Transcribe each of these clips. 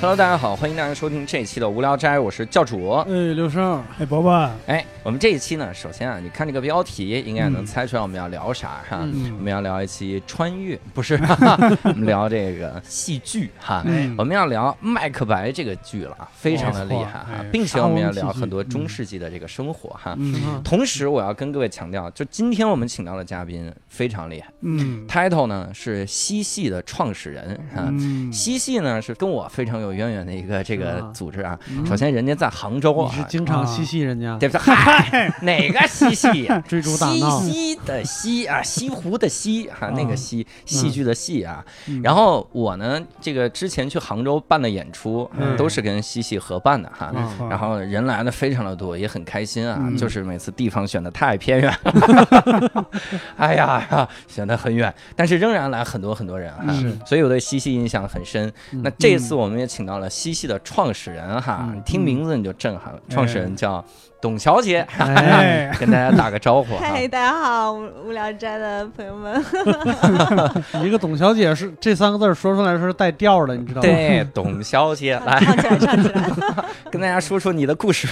Hello，大家好，欢迎大家收听这一期的《无聊斋》，我是教主。哎，刘胜，哎，伯伯，哎，我们这一期呢，首先啊，你看这个标题，应该能嗯猜出来我们要聊啥哈。嗯我们要聊一期穿越，不 是，哈哈我们聊这个戏剧哈。嗯我们要聊《麦克白》这个剧了，非常的厉害没哈错哎，并且我们要沙聊翁戏剧很多中世纪的这个生活哈。嗯同时，我要跟各位强调，就今天我们请到的嘉宾非常厉害嗯，title 呢是嬉戏的创始人哈。嗯，嬉戏呢是跟我非常有渊源的一个这个组织啊。嗯首先，人家在杭州你啊，是经常嬉戏人家，对不对？嗨， 哪个嬉戏呀？ 追逐打西闹，啊西的西啊，西湖的西哈、那个西戏剧的戏啊。嗯然后我呢，这个之前去杭州办的演出、嗯都是跟西戏合办的哦哈。没错，嗯然后人来的非常的多，也很开心啊。啊嗯就是每次地方选的太偏远， 哎呀呀，选的很远，但是仍然来很多很多人哈、啊是嗯所以我对西戏印象很深。那这次我们也请到了西戏的创始人哈，嗯你听名字你就震撼了，哎创始人叫董小姐， 哎，跟大家打个招呼哈。嗨，大家好，无无聊斋的朋友们，你这个董小姐是这三个字儿说出来是带调儿的，你知道吗？ 对，董小姐，来唱起来，唱起来， 跟大家说说你的 故事，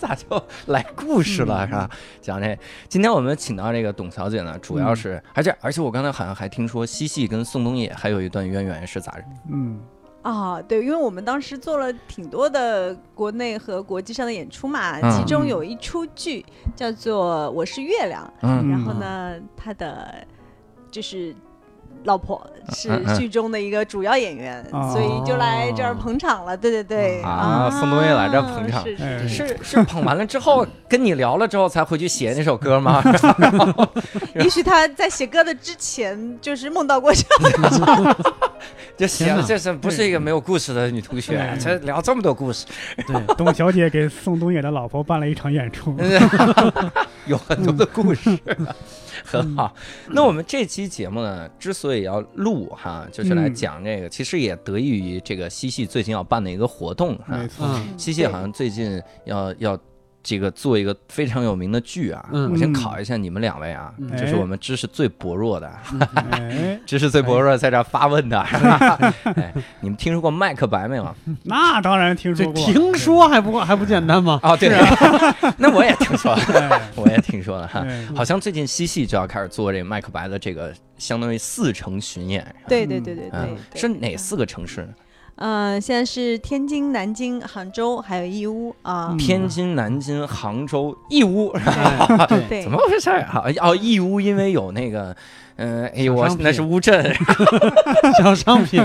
咋就来故事嗯了是吧？讲这，今天我们请到这个董小姐呢，主要嗯是，而且而且我刚才好像还听说西戏跟宋冬野还有一段渊源是咋？嗯 啊，对，因为我们当时做了挺多的国内和国际上的演出嘛，嗯其中有一出剧叫做《我是月亮》，嗯嗯然后呢，他的就是老婆是嗯嗯剧中的一个主要演员，哦所以就来这儿捧场了。对对对，啊宋冬野来这儿捧场是哎是是，是是捧完了之后跟你聊了之后才回去写那首歌吗？ 也许他在写歌的之前就是梦到 过这样就写天了，哪这是不是一个没有故事的女同学？嗯这聊这么多故事， 对，董小姐给宋冬野的老婆办了一场演出，嗯 有很多的故事，很好。那我们这期节目呢，之所以要录哈，就是来讲这个，其实也得益于这个西戏最近要办的一个活动哈 没。错，嗯西戏好像最近要要。这个做一个非常有名的剧啊，嗯我先考一下你们两位啊，嗯这是我们知识最薄弱的，哎，知识最薄弱在这儿发问的，是吧？ 哎，你们听说过麦克白没有？那当然听这说过，听说还不还不简 单吗？哦，对， 那我也听说了，哎，我也听说了哈。哎 好像最近西戏就要开始做这个麦克白的这个相当于四城巡演，对对对对对嗯对，是哪四个城市呢？嗯，现在是天津、南京、杭州，还有义乌啊嗯。天津、南京、杭州、义乌，哎对，嗯对 怎，么回事儿啊？哦，义乌因为有那个，嗯，哎呦，小我商品那是乌镇，小商品，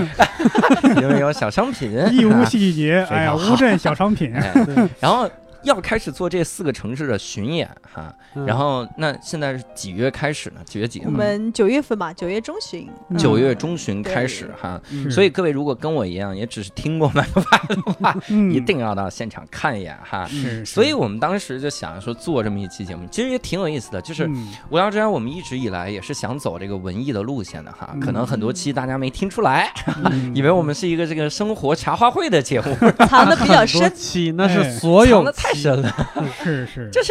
因为有小商品，义乌啊戏剧节，非哎呀，常好乌镇小 商品，哎对 然后要开始做这四个城市的巡演哈。嗯然后那现在是几月开始呢？几月几我号？们九月份吧，九月中旬，嗯九嗯月中旬开始哈。嗯所以各位如果跟我一样，也只是听过麦克白的话，嗯，一定要到现场看一眼哈。是，所以我们当时就想说做这么一期节目，其实也挺有意思的。就是《嗯无聊斋》，我们一直以来也是想走这个文艺的路线的哈。嗯可能很多期大家没听出来， 嗯以为我们是一 个这个生活茶话会的节目，藏的比较很深多。期那是哎所藏有的太深了。是 是，就是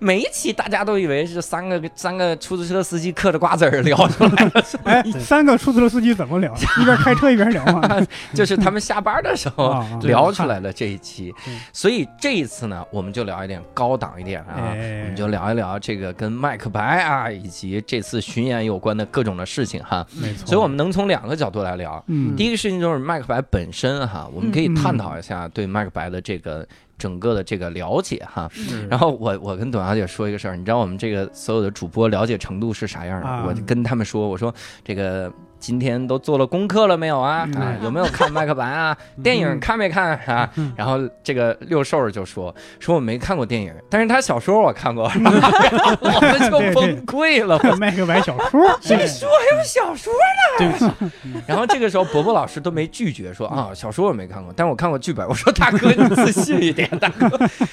每一期大家都以为是三个三个出租车司机嗑着瓜子儿 聊 出来的，哎，三个出租车司机怎么聊？一边开车一边聊 嘛，就是他们下班的时 候啊聊出来的这一期嗯。所以这一次呢，我们就聊一点高档一点啊。哎我们就聊一聊这个跟麦克白啊，以及这次巡演有关的各种的事情哈。没错，所以，我们能从两个角度来聊。嗯，第一个事情就是麦克白本身哈，我们可以探讨一下对麦克白的这个整个的这个了解哈。嗯是然后我我跟董小姐说一个事儿，你知道我们这个所有的主播了解程度是啥样的？啊我就跟他们说，我说这个今天都做了功课了没有啊？嗯啊，有没有看麦克白 啊？电影看没看啊？然后这个六兽儿就说说我没看过电影，但是他小说我看 过，然后我们就崩溃了。 麦克白小说，这书还有小说 对不起，呢？ 然后这个时候伯伯老师都没拒绝说啊，小说我没看过，但我看过剧本。我 说大哥你自信一点，大哥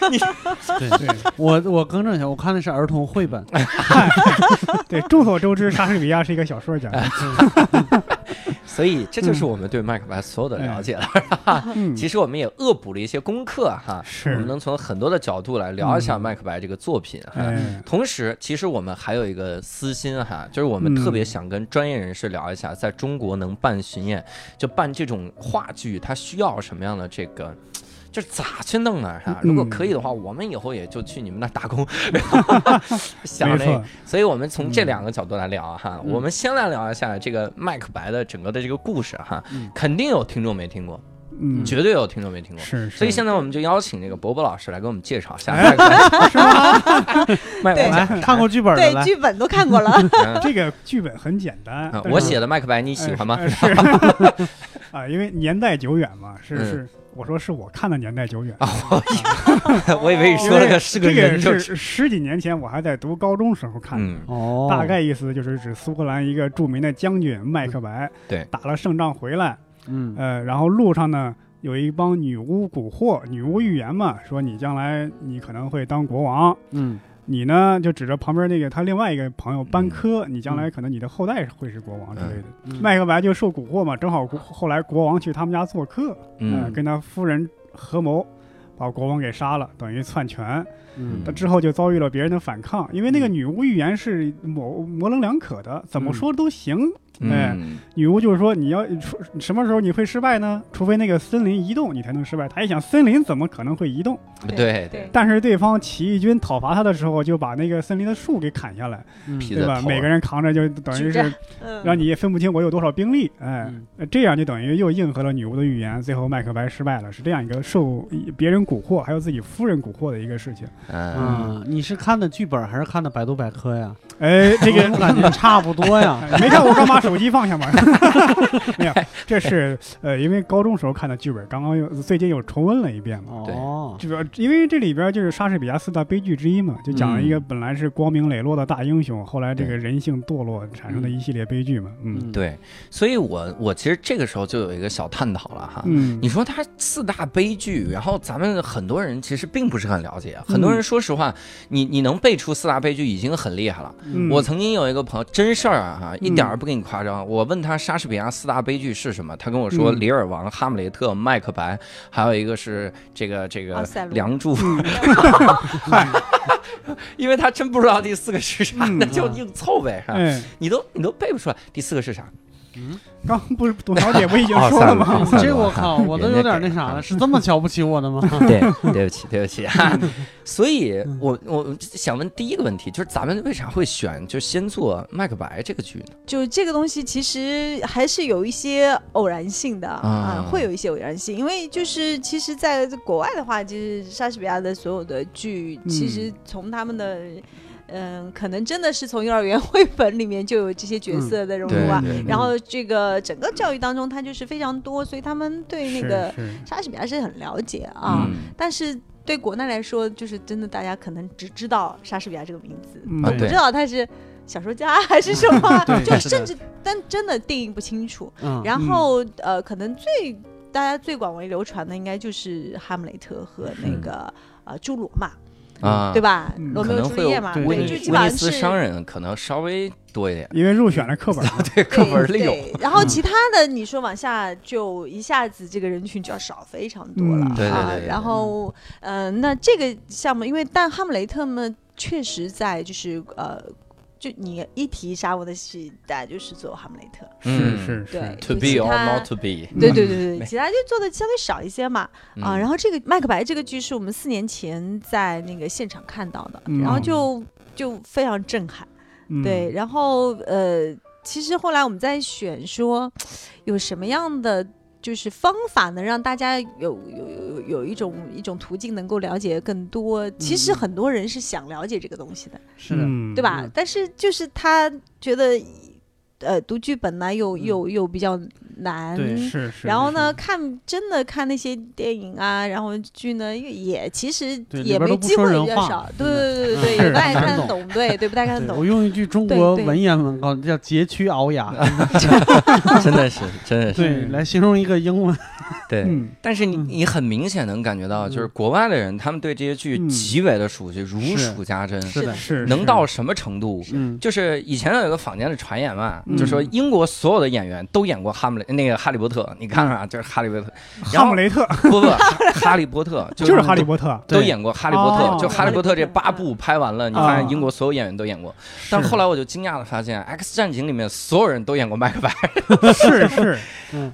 你哎对我我更正一下，我看的是儿童绘本，哎对，众所周知，莎士比亚是一个小说家， 所以这就是我们对麦克白所有的了解了。嗯其实我们也恶补了一些功课哈，我们是，能从很多的角度来聊一下麦克白这个作品哈。哎，同时，其实我们还有一个私心哈，就是我们嗯特别想跟专业人士聊一下，在中国能办巡演，就办这种话剧，它需要什么样的这个，就是咋去弄呢？哈，嗯如果可以的话，我们以后也就去你们那儿打 工，想没那个错。，嗯所以我们从这两个角度来聊哈，我们先来聊一下这个麦克白的整个的这个故事哈，嗯肯定有听众没听过，嗯，绝对有听众没听过。是，所以是现在我们就邀请这个伯伯老师来给我们介绍一下麦哎克白。 是吗？ 麦克白来看过剧本的对，来，剧本都看过了，嗯这个剧本很简 单啊，但我是写的麦克白，你喜欢吗？呃是 啊，因为年代久远嘛，是嗯是，我说是我看的年代久远。 我以为你说了个哎是个这人个就是十几年前我还在读高中时候看的。嗯哦，大概意思就是指苏格兰一个著名的将军麦克白，对打了胜仗回来，嗯呃，然后路上呢有一帮女巫蛊惑，女巫预言嘛，说你将来你可能会当国王，嗯你呢就指着旁边那个他另外一个朋友班科，你将来可能你的后代会是国王之类的。嗯麦克白就受蛊惑嘛，正好国后来国王去他们家做客，呃嗯跟他夫人合谋，把国王给杀了，等于篡权。嗯他之后就遭遇了别人的反抗，因为那个女巫预言是模模棱两可的，怎么嗯说都行。哎嗯女巫就是说，你要除什么时候你会失败呢？除非那个森林移动，你才能失败。他一想，森林怎么可能会移动？对对，但是对方起义军讨伐他的时候，就把那个森林的树给砍下来，嗯皮对在吧？头每个人扛着，就等于举着是嗯，让你也分不清我有多少兵力。哎，嗯呃这样就等于又应和了女巫的预言，最后麦克白失败了，是这样一个受别人蛊惑，还有自己夫人蛊惑的一个事情。嗯嗯，你是看的剧本还是看的百度百科呀？哎，这个 我感觉差不 多呀。哎没看我刚把手机放下吗？ 没有，这是呃，因为高中时候看的剧本，刚刚又最近又重温了一遍嘛。对哦，这个因为这里边就是莎士比亚四大悲剧之一嘛，就讲了一个嗯本来是光明磊落的大英雄，后来这个人性堕落产生的一系列悲剧嘛。嗯嗯，对，所以我我其实这个时候就有一个小探讨了哈。嗯，啊你说他四大悲剧，然后咱们很多人其实并不是很了解。很多人说实话，你你能背出四大悲剧已经很厉害了。嗯我曾经有一个朋友，真事儿啊，哈，一点儿不给你夸张。我问他莎士比亚四大悲剧是什么，他跟我说《嗯李尔王》《哈姆雷特》《麦克白》，还有一个是这个这个奥《赛罗梁祝》，嗯嗨， 因为他真不知道第四个是啥，嗯那就硬凑呗，是吧？哎，你都你都背不出来第四个是啥，刚不是董小姐不已哦经说了吗？奥赛罗这我靠，我都有点那人家给啥啊了，是这么瞧不起我的吗？ 对，对不起，对不起。 所以我，嗯我想问第一个问题，就是咱们为啥会选就先做《麦克白》这个剧呢？就这个东西其实还是有一些偶然性的啊、啊会有一些偶然性，因为就是其实在国外的话，就是莎士比亚的所有的剧，嗯其实从他们的。嗯，可能真的是从幼儿园绘本里面就有这些角色的融入嗯啊。对对然后这个整个教育当中，它就是非常多，所以他们对那个是是莎士比亚是很了解啊。嗯但是对国内来说，就是真的大家可能只知道莎士比亚这个名字，嗯啊不对知道他是小说家还是什么对，就是的甚至但真的定义不清楚。嗯，然后呃，可能最大家最广为流传的应该就是《哈姆雷特》和那个呃《侏罗》嘛，啊，对吧？嗯罗密可欧能与会朱丽叶嘛，对威对，尼就基威本尼上斯是商人可能稍微多一点，因为入选了课本嘛。对 课本里有对。对然后嗯其他的你说往下就一下子这个人群就要少非常多了、对嗯对啊对对。对然后嗯、呃那这个项目，因为但哈姆雷特呢，确实在就是呃。就你一提莎翁的戏，大家就是做哈姆雷特，嗯是是是对， To 就 be 其 or 他 not to be 嗯对嗯对对没对，其他就做的相对少一些嘛。啊， 然后这个《麦克白》这个剧是我们四年前在那个现场看到的，嗯然后就就非常震撼。嗯对，然后呃，其实后来我们在选说有什么样的。就是方法能让大家有有有有一种一种途径能够了解更多。其实嗯很多人是想了解这个东西的，是的，嗯对吧？嗯但是就是他觉得，呃，读剧本呢又又又比较难，对是是。然后呢，是，看真的看那些电影啊，然后剧呢，也也其实对也里边没都不机说会人比较话少，对嗯对对对，是也不太看看不得懂，对对，不太看得对懂我。用一句中国对对文言文高叫截屈熬牙，后真的是真的是对，来形容一个英文， 对，嗯，但是你嗯你很明显能感觉到，就是嗯国外的人他们对这些剧嗯极为的熟悉，如是数家珍，是的是能到是什么程度？嗯，就是以前有一个坊间的传言嘛，嗯就说英国所有的演员都演过哈姆雷那个哈利波特，你看看啊，就是哈利波特，然哈后姆雷特不不，哈哈利波 特就是哈利波波特，都演过哈利波特，哦就哈利波特这八哦部拍完了，你发现英国所有演员都演过，但哦是后来我就惊讶的发现，《X 战警》里面所有人都演过麦克白，是是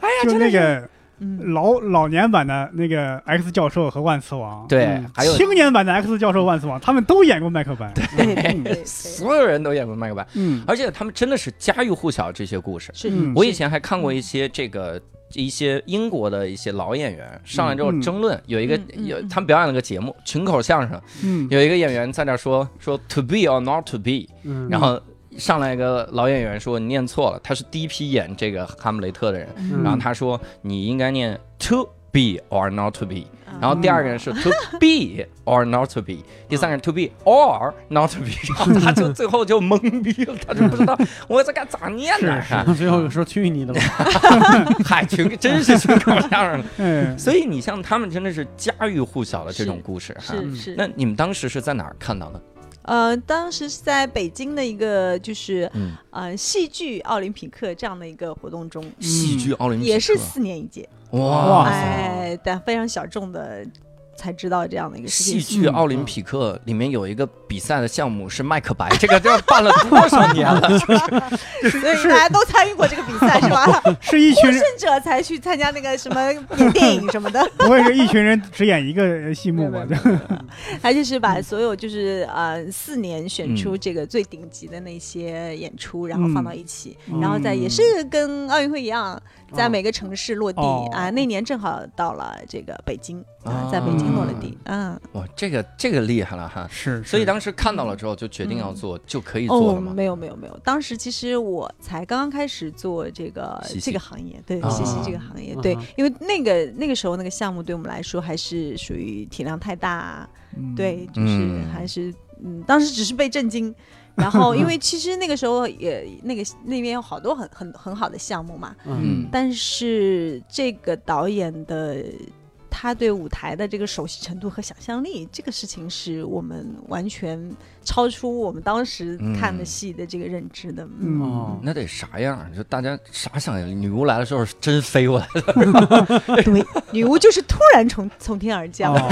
哎嗯，就那个嗯，老老年版的那个 X 教授和万磁王，对嗯，还有青年版的 X 教授万磁王，他们都演过麦 克白，对，对对对，所有人都演过麦克白，嗯，而且他们真的是家喻户晓这些故事。是嗯我以前还看过一些这个一些英国的一些老演员上来之后嗯争论，有一个嗯嗯有嗯他们表演了个节目群口相声，嗯，有一个演员在那说说 to be or not to be，嗯然后上来一个老演员说你念错了，他是第一批演这个哈姆雷特的人，嗯然后他说你应该念 to be or not to be，啊嗯然后第二个人是 to be or not to be，第三嗯个人 to be or not to be，然后他就最后就懵逼了，他就不知道我这该咋念呢？是 是最后说去你的吧，嗨，群真是群口相声了。哎，所以你像他们真的是家喻户晓的这种是故事哈。是是那你们当时是在哪儿看到的？呃，当时是在北京的一个就是嗯，呃戏剧奥林匹克这样的一个活动中，戏剧啊奥林匹克也是四年一届，哇哇哎，但非常小众的才知道这样的一个事戏情。剧奥林匹克里面有一个比赛的项目是麦克白，这个这办了多少年了？所以大家都参与过这个比赛是吧？是一 群人，胜者才去参加那个什么演电影什么的，不会是一群人只演一个呃戏目吧？ 他就是把所有就是呃四年选出这个最顶级的那些演出，然后放到一起，嗯然后再也是跟奥运会一样，在每个城市落地、哦啊。那年正好到了这个北京啊，在北京落了地，嗯，哇，这个这个厉害了哈！是，所以是当时看到了之后就决定要做，就可以做哦，了嘛。没有没有没有，当时其实我才刚刚开始做这个西西这个行业，对，啊西西这个行业，啊对，因为那个那个时候那个项目对我们来说还是属于体量太大，嗯对，就是还是嗯，当时只是被震惊，然后因为其实那个时候也那个那边有好多很很很好的项目嘛，嗯，但是这个导演的。他对舞台的这个熟悉程度和想象力，这个事情是我们完全超出我们当时看的嗯戏的这个认知的。嗯哦，那得啥样？就大家啥想象？女巫来的时候是真飞过来，对，女巫就是突然从从天而降。 哦，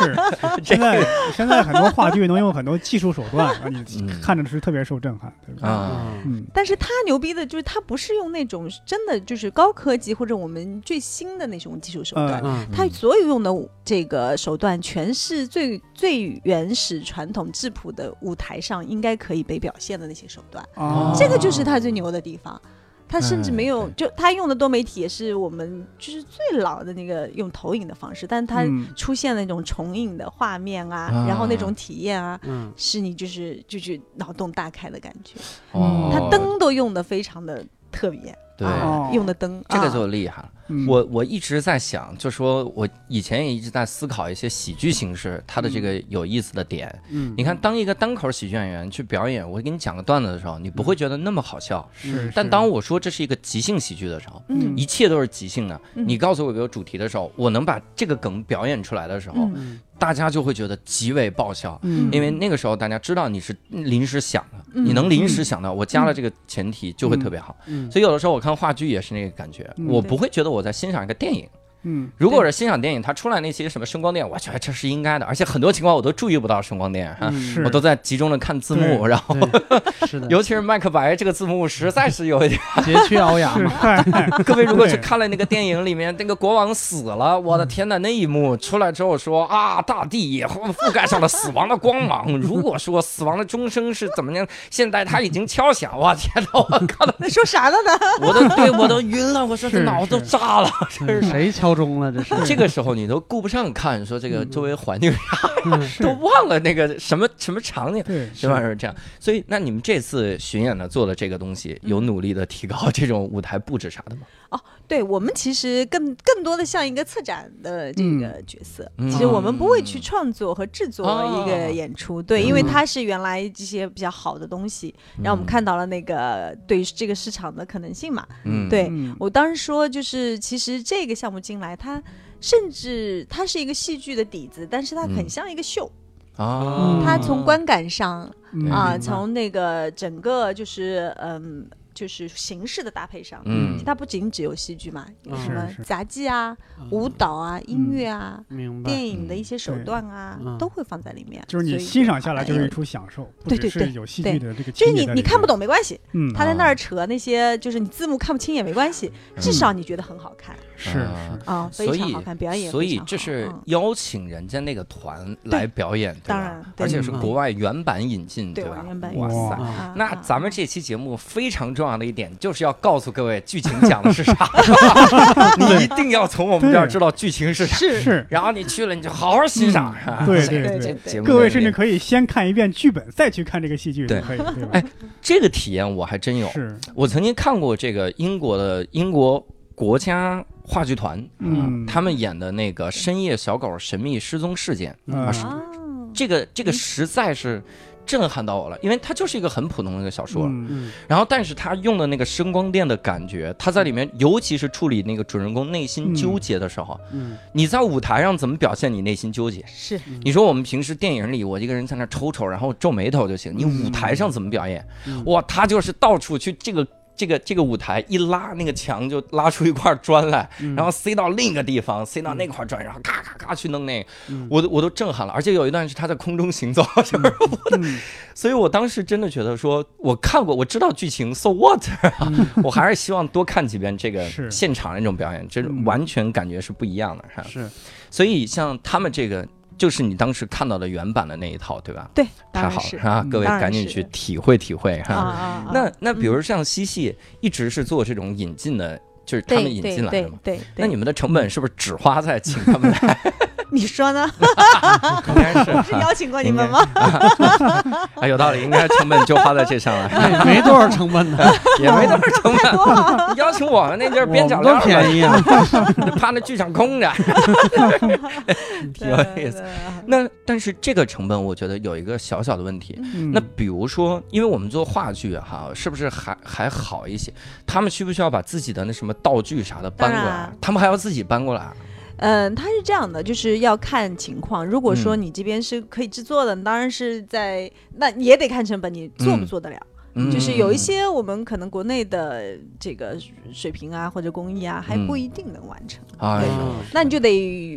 是 现在现在很多话剧能用很多技术手段，让你嗯看着是特别受震撼，对吧？啊嗯嗯，但是他牛逼的就是他不是用那种真的就是高科技或者我们最新的那种技术手段，嗯他嗯所有用的舞这个手段全是最最原始传统质朴的舞台上应该可以被表现的那些手段，哦这个就是他最牛的地方。他甚至没有，嗯就他用的多媒体也是我们就是最老的那个用投影的方式，但是他嗯出现那种重影的画面啊，啊然后那种体验啊，嗯是你就是就是脑洞大开的感觉。哦他灯都用的非常的特别，嗯对啊哦用的灯，这个啊就厉害了。嗯我我一直在想，就说我以前也一直在思考一些喜剧形式它的这个有意思的点。嗯，你看，当一个单口喜剧演员去表演，我给你讲个段子的时候，你不会觉得那么好笑。是，但是当我说这是一个即兴喜剧的时候，嗯一切都是即兴的。嗯你告诉我有个主题的时候，我能把这个梗表演出来的时候，嗯嗯大家就会觉得极为爆笑。嗯因为那个时候大家知道你是临时想的，嗯你能临时想到，我加了这个前提就会特别好。嗯，所以有的时候我看话剧也是那个感觉，嗯我不会觉得我在欣赏一个电影。嗯如果我是欣赏电影，它出来那些什么声光电，我觉得这是应该的，而且很多情况我都注意不到声光电哈，嗯是我都在集中的看字幕，对然后对是的，尤其是麦克白这个字幕实在是有一点。节去熬牙是嘛，嗨，各位如果去对看了那个电影里面那个国王死 了，我的天呐，那一幕出来之后说啊，大地也覆盖上了死亡的光芒。如果说死亡的钟声是怎么样，现在它已经敲响，我天呐，我看到那嗯 说啥了呢？我都对我都晕了，我说这是脑子都 是炸了。这是嗯谁敲钟了？这是这个时候你都顾不上看，说这个周围环境嗯 都忘了那个什么什么场景，对，是吧？是这样。所以，那你们这次巡演呢，做的这个东西，有努力的提高这种舞台布置啥的吗？对我们其实更更多的像一个策展的这个角色，嗯其实我们不会去创作和制作哦一个演出，对，因为嗯它是原来这些比较好的东西，让我们看到了那个对这个市场的可能性嘛。嗯，嗯，对嗯我当时说，就是其实这个项目进来，它甚至它是一个戏剧的底子，但是它很嗯像一个秀，啊，嗯它从观感上嗯啊、明白从那个整个就是嗯就是形式的搭配上。嗯其实它不仅只有戏剧嘛，有什是么是杂技啊、舞蹈啊、音乐啊、嗯明白。电影的一些手对段啊，嗯都会放在里面。就是你所以欣赏下来哎就是一出享受，不对只对是对有戏对剧的这个就是情节你在你里看不面，懂没关系，嗯，他在那儿扯那些，就是你字幕看不清也没关系，嗯嗯至少你觉得很好看是啊是，啊，非所常以好看，表演也所非以常这好是嗯邀请人家那个团来表演，对当吧然对而且是嗯国外原版引进，对吧？原版哇引进塞！啊，啊那啊咱们这期节目非常重要的一点，就是要告诉各位剧情讲的 是啥，你一定要从我们这儿知道剧情 是啥，是啊是，然后你去了你就好好欣赏。嗯是吧对这对这对这对节目各的位这甚个至可以先看一遍剧本，再去看这个戏剧，对可以，对吧？哎这个体验我还真有，是，我曾经看过这个英国的英国国家话剧团，嗯，他们演的那个《深夜小狗神秘失踪事件》，嗯啊是啊，这个这个嗯实在是震撼到我了，因为它就是一个很普通的一个小说，嗯嗯然后但是它用的那个声光电的感觉，它在里面，尤其是处理那个主人公内心纠结的时候，嗯你在舞台上怎么表现你内心纠结？是你说我们平时电影里，我一个人在那抽抽，然后皱眉头就行，你舞台上怎么表演？嗯哇，他就是到处去这个。这个这个舞台一拉，那个墙就拉出一块砖来，嗯然后塞到另一个地方，塞到那块砖，然后咔咔咔去弄那个，嗯我都我都震撼了。而且有一段是他在空中行走，就是我的，所以我当时真的觉得说，我看过，我知道剧情，so what，我 还是希望多看几遍这个是现场那种表演，这嗯完全感觉是不一样的哈。是所以像他们这个，就是你当时看到的原版的那一套，对吧？对，当太然好是 了哈，嗯各位当然赶紧是去体会体会哈。啊啊，那啊那比如像嬉戏一直是做这种引进的，就是他们对引对进来对的嘛。对，那你们的成本是不是只花在请他们来？ 你说 呢？应该是是邀请过你应该 们吗？啊，有道理，应该成本就花在这上 了，哎 没多少成本 的，也没多少成太多了，本。邀请我们那地儿边角我们料儿都吧，便宜 啊。怕那剧场空着， 挺有对意思。。对那但是这个成本，我觉得有一个小小的问题，嗯那比如说，因为我们做话剧哈，是不是还还好一些？他们需不需要把自己的那什么道具啥的搬过当来然？他们还要自己搬过来？嗯，它是这样的，就是要看情况。如果说嗯你这边是可以制作的，当然是在那也得看成本，你做不嗯做得了。嗯就是有一些我们可能国内的这个水平啊或者工艺啊，还不嗯一定能完成。哎呦嗯那你就得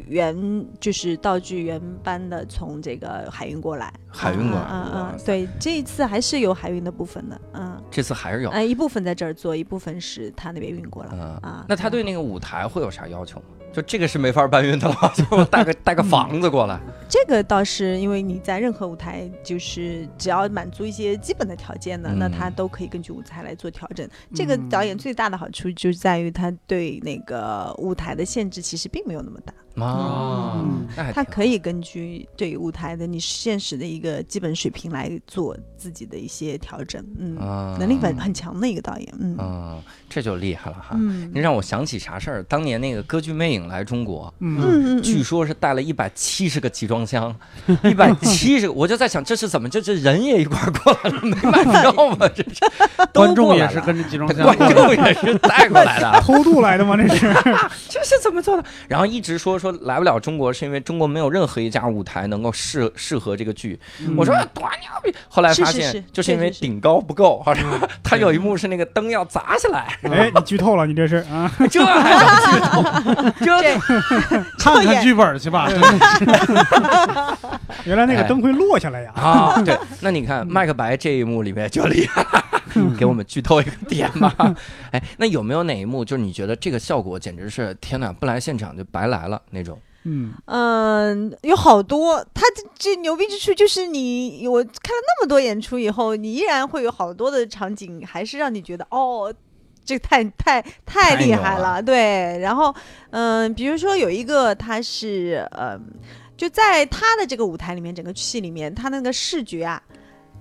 原就是道具原班的从这个海运过来，海运过来嗯嗯哇嗯，塞对，这一次还是有海运的部分的，嗯，这次还是有，哎，一部分在这儿做，一部分是他那边运过来嗯啊。那他对那个舞台会有啥要求吗？就这个是没法搬运的了， 就是我带个嗯带个房子过来，这个倒是因为你在任何舞台，就是只要满足一些基本的条件呢，嗯那他都可以根据舞台来做调整。这个导演最大的好处就在于他对那个舞台的限制其实并没有那么大。啊，那还他挺可以根据对舞台的你现实的一个基本水平来做自己的一些调整，嗯，啊，能力很很强的一个导演，嗯嗯，这就厉害了哈。嗯你让我想起啥事儿？当年那个《歌剧魅影》来中国，嗯嗯嗯，据说是带了一百七十个集装箱，一百七十，我就在想这是怎么，这这人也一块儿过来了，没买票吗？这是观都众过也来是了。跟着集装箱观众也是带过来 的，偷渡来的吗？这 是这是怎么做的？然后一直说说来不了中国，是因为中国没有任何一家舞台能够适适合这个剧。嗯我说多牛逼！后来是发是是现就是因为确实是顶高不够，好像 他有一幕是那个灯要砸起来，哎，你剧透了，你这是啊，这还要 剧透？这看看剧本去吧。原来那哎个灯会落下来 呀。啊，对，那你看麦克白这一幕里面就厉害了，给我们剧透一个点吧。 哎，那有没有哪一幕就是你觉得这个效果简直是天哪，不来现场就白来了那种？嗯，嗯，有好多，他这这牛逼之处就是你，我看了那么多演出以后，你依然会有好多的场景，还是让你觉得哦，这太太太厉害了，对。然后，嗯，比如说有一个他是，嗯，就在他的这个舞台里面，整个戏里面，他那个视觉啊。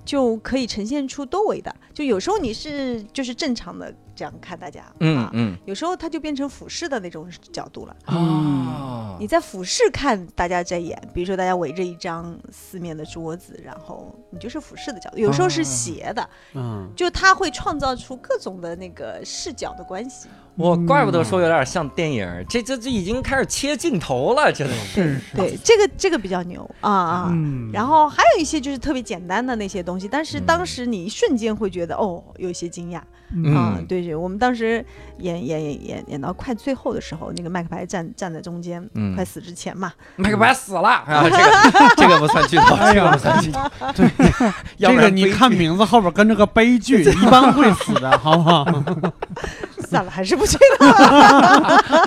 就可以呈现出多维的，就有时候你是就是正常的这样看大家，嗯啊，嗯有时候它就变成俯视的那种角度了。啊你在俯视看大家在演，比如说大家围着一张四面的桌子，然后你就是俯视的角度，有时候是斜啊的，嗯， 就它会创造出各种的那个视角的关系。我怪不得说有点像电影，这这这已经开始切镜头了，这都是是，对，这个这个比较牛啊啊。嗯，然后还有一些就是特别简单的那些东西，但是当时你一瞬间会觉得哦，有一些惊讶，啊嗯，对对，我们当时演演演演演到快最后的时候，那个麦克白站站在中间，嗯快死之前嘛， 麦克白死了啊！这个这个不算剧透，哎这个呀不算剧透。对，要 这不个然你悲看剧名字后边跟着个悲 剧，一般会死的，好不好？嗯算了，还是不去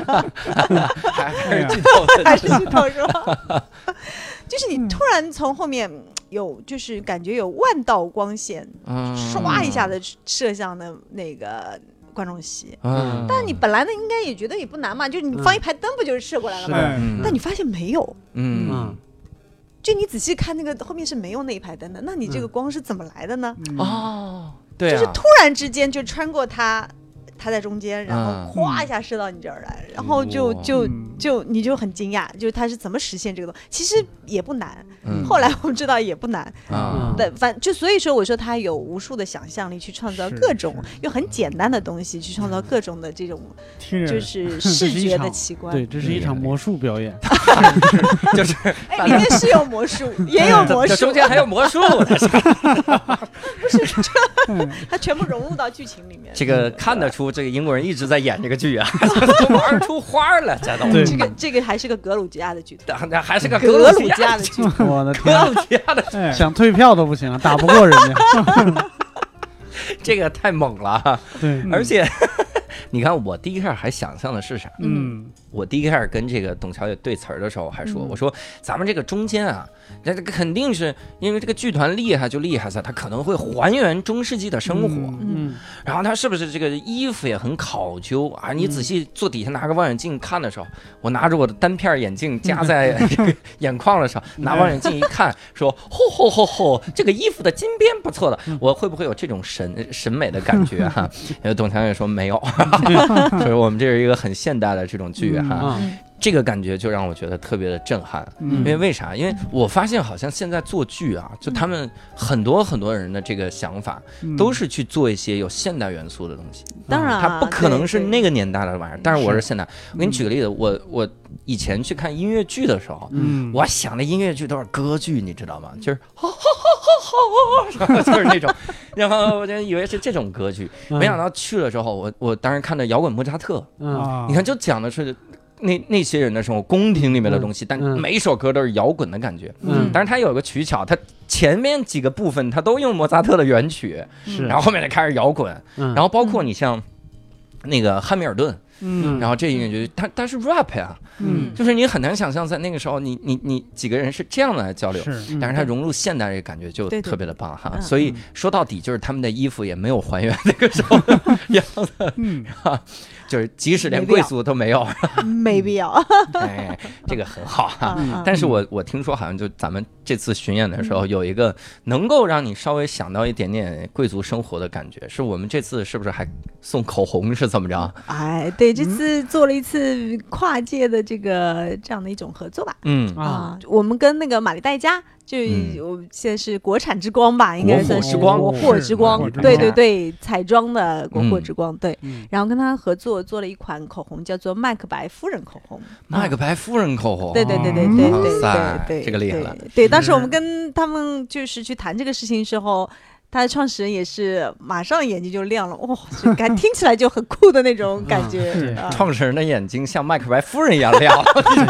还哎还是剧透 的，还是去头是吧？ 就是你嗯突然从后面嗯有，就是感觉有万道光线， 嗯唰一下子射向的那个观众席。嗯，但你本来呢，应该也觉得也不难嘛，就是你嗯放一排灯，不就是射过来了是吗？的哎，嗯但你发现没有，嗯嗯就你仔细看那个后面是没有那一排灯的，那你这个光是怎么来的呢？嗯哦，对就是啊，突然之间就穿过它，它在中间，然嗯后咵一下射到你这儿来，然后就哇就嗯就你就很惊讶，就是它是怎么实现这个东其实也不难，嗯后来我们知道也不难，啊，但反就所以说我说他有无数的想象力去创造是各种用很简单的东西去创造各种的这种听着就，是 视觉的奇观。对，这是一场魔术表演，就是哎，里面是有魔 术，也有魔这术中，间还有魔术呢。嗯它全部融入到剧情里面。这个看得出，这个英国人一直在演这个剧啊，都玩出花了，这都。对这个这个还是个格鲁吉亚的剧，那还是个格鲁嗯鲁吉亚的的剧。我的格天，鲁吉亚的，哎， 想退票都不行，啊打不过人家。 这个太猛了啊！对，嗯而且 你看，我第一开始还想象的是啥？嗯，我第一开始跟这个董小姐对词儿的时候，还说：“嗯我说咱们这个中间啊，这这个肯定是因为这个剧团厉害就厉害在，它可能会还原中世纪的生活，嗯嗯，然后它是不是这个衣服也很考究啊？你嗯仔细坐底下拿个望远镜看的时候，我拿着我的单片眼镜夹 在 这个眼眶的时候，嗯拿望远镜一看，说：吼吼吼吼，这个衣服的金边不错的，嗯我会不会有这种审审美的感觉 哈、呃，董小姐说没有， 所以我们这是一个很现代的这种剧哈、嗯啊，这个感觉就让我觉得特别的震撼。因嗯为为啥？因为我发现好像现在做剧啊，就他们很多很多人的这个想法，嗯都是去做一些有现代元素的东西。当然啊，它不可能是那个个年代的玩意儿，但是我是现代。我给你举个例子，我我以前去看音乐剧的时候，嗯，我想的音乐剧都是歌剧，你知道吗？就是就是那种，然后我就以为是这种歌剧，嗯没想到去了之后，我我当时看的摇滚莫扎特，嗯，啊，你看，就讲的是那那些人的生活，宫廷里面的东西，但嗯每一首歌都是摇滚的感觉。嗯但是它有个取巧，它前面几个部分它都用莫扎特的原曲，嗯是然后后面就开始摇滚，嗯，然后包括你像。那个汉密尔顿，嗯然后这音乐剧，它它是 rap 呀、嗯，就是你很难想象在那个时候你，你你几个人是这样来交流，是，但是它融入现代这个感觉就对对特别的棒哈。嗯所以说到底就是他们的衣服也没有还原那个 时候的样子， 嗯，就是即使连没必贵要族都没有，没必要。 哎，这个很好哈。嗯嗯但是我我听说好像就咱们这次巡演的时候，有一个能够让你稍微想到一点点贵族生活的感觉，是我们这次是不是还送口红是怎么着？哎，对，嗯这次做了一次跨界的这个这样的一种合作吧。嗯，啊，我们跟那个玛丽黛佳，就嗯我现在是国产之光吧，应该国算货是之光国是货之国光货之，对光对啊对，彩妆的国货之光，对嗯。然后跟他合作做了一款口红，叫做麦克白夫人口红。麦克白夫人口啊红，对对对对对哇对塞对对，这个厉害了对。对，当时我们跟他们就是去谈这个事情时候。他的创始人也是马上眼睛就亮了，哇、就 感听起来就很酷的那种感觉是。啊嗯创始人的眼睛像麦克白夫人一样亮，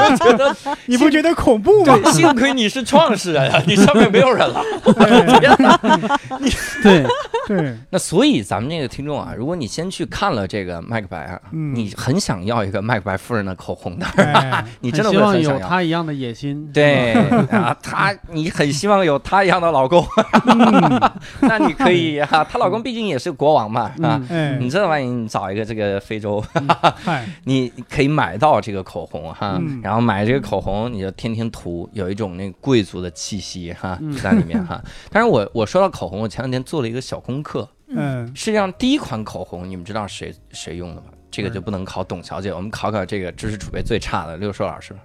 你就觉得你不觉得恐怖 吗？对，幸亏你是创始人啊，你上面没有人了。对，哎对， 那所以咱们这个听众啊，如果你先去看了这个麦克白啊，嗯你很想要一个麦克白夫人的口红的，哎，你真的希会望很想有要。他一样的野心。对啊，她你很希望有她一样的老 公，那你可以哈、她老公毕竟也是国王嘛，啊嗯嗯，，哎，你这万一你找一个这个非洲，嗨，你可以买到这个口红哈、嗯然后买这个口红你就天天涂，有一种那贵族的气息哈、嗯在里面哈、 但是我我说到口红，我前两天做了一个小功课， 嗯，世界上第一款口红，你们知道谁谁用的吗？这个就不能考董小姐，我们考考这个知识储备最差的六硕老师。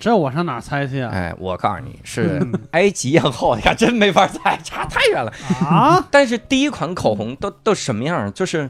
这我上哪儿猜去啊？哎，我告诉你是嗯 埃及艳后，哎呀，真没法猜，差太远了。啊，但是第一款口红都都什么样？就是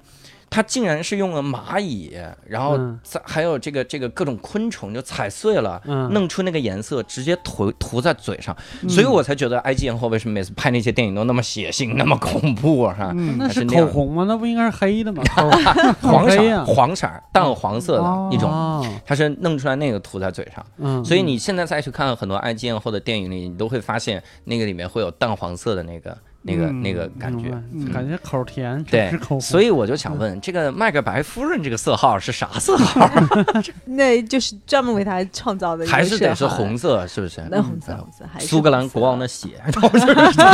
他竟然是用了蚂蚁，然后嗯再还有这个这个各种昆虫，就踩碎了。嗯，弄出那个颜色，直接涂涂在嘴上，所以我才觉得埃及艳后为什么每次拍那些电影都那么血腥、那么恐怖啊哈、嗯那还是是那样口红吗？那不应该是黑的吗？口 黄黑色、呀黄色、淡黄色的一种，哦，它是弄出来那个涂在嘴上。嗯，所以你现在再去看很多埃及艳后的电影里，你都会发现那个里面会有淡黄色的那个、那个、嗯那个感觉。嗯明白感觉口甜，对是口红，所以我就想问，这个麦克白夫人这个色号是啥色号？那就是专门为他创造的一个还是得是色号红，色，是不是？那红色嗯红色，还是苏格兰国王红的血， 都是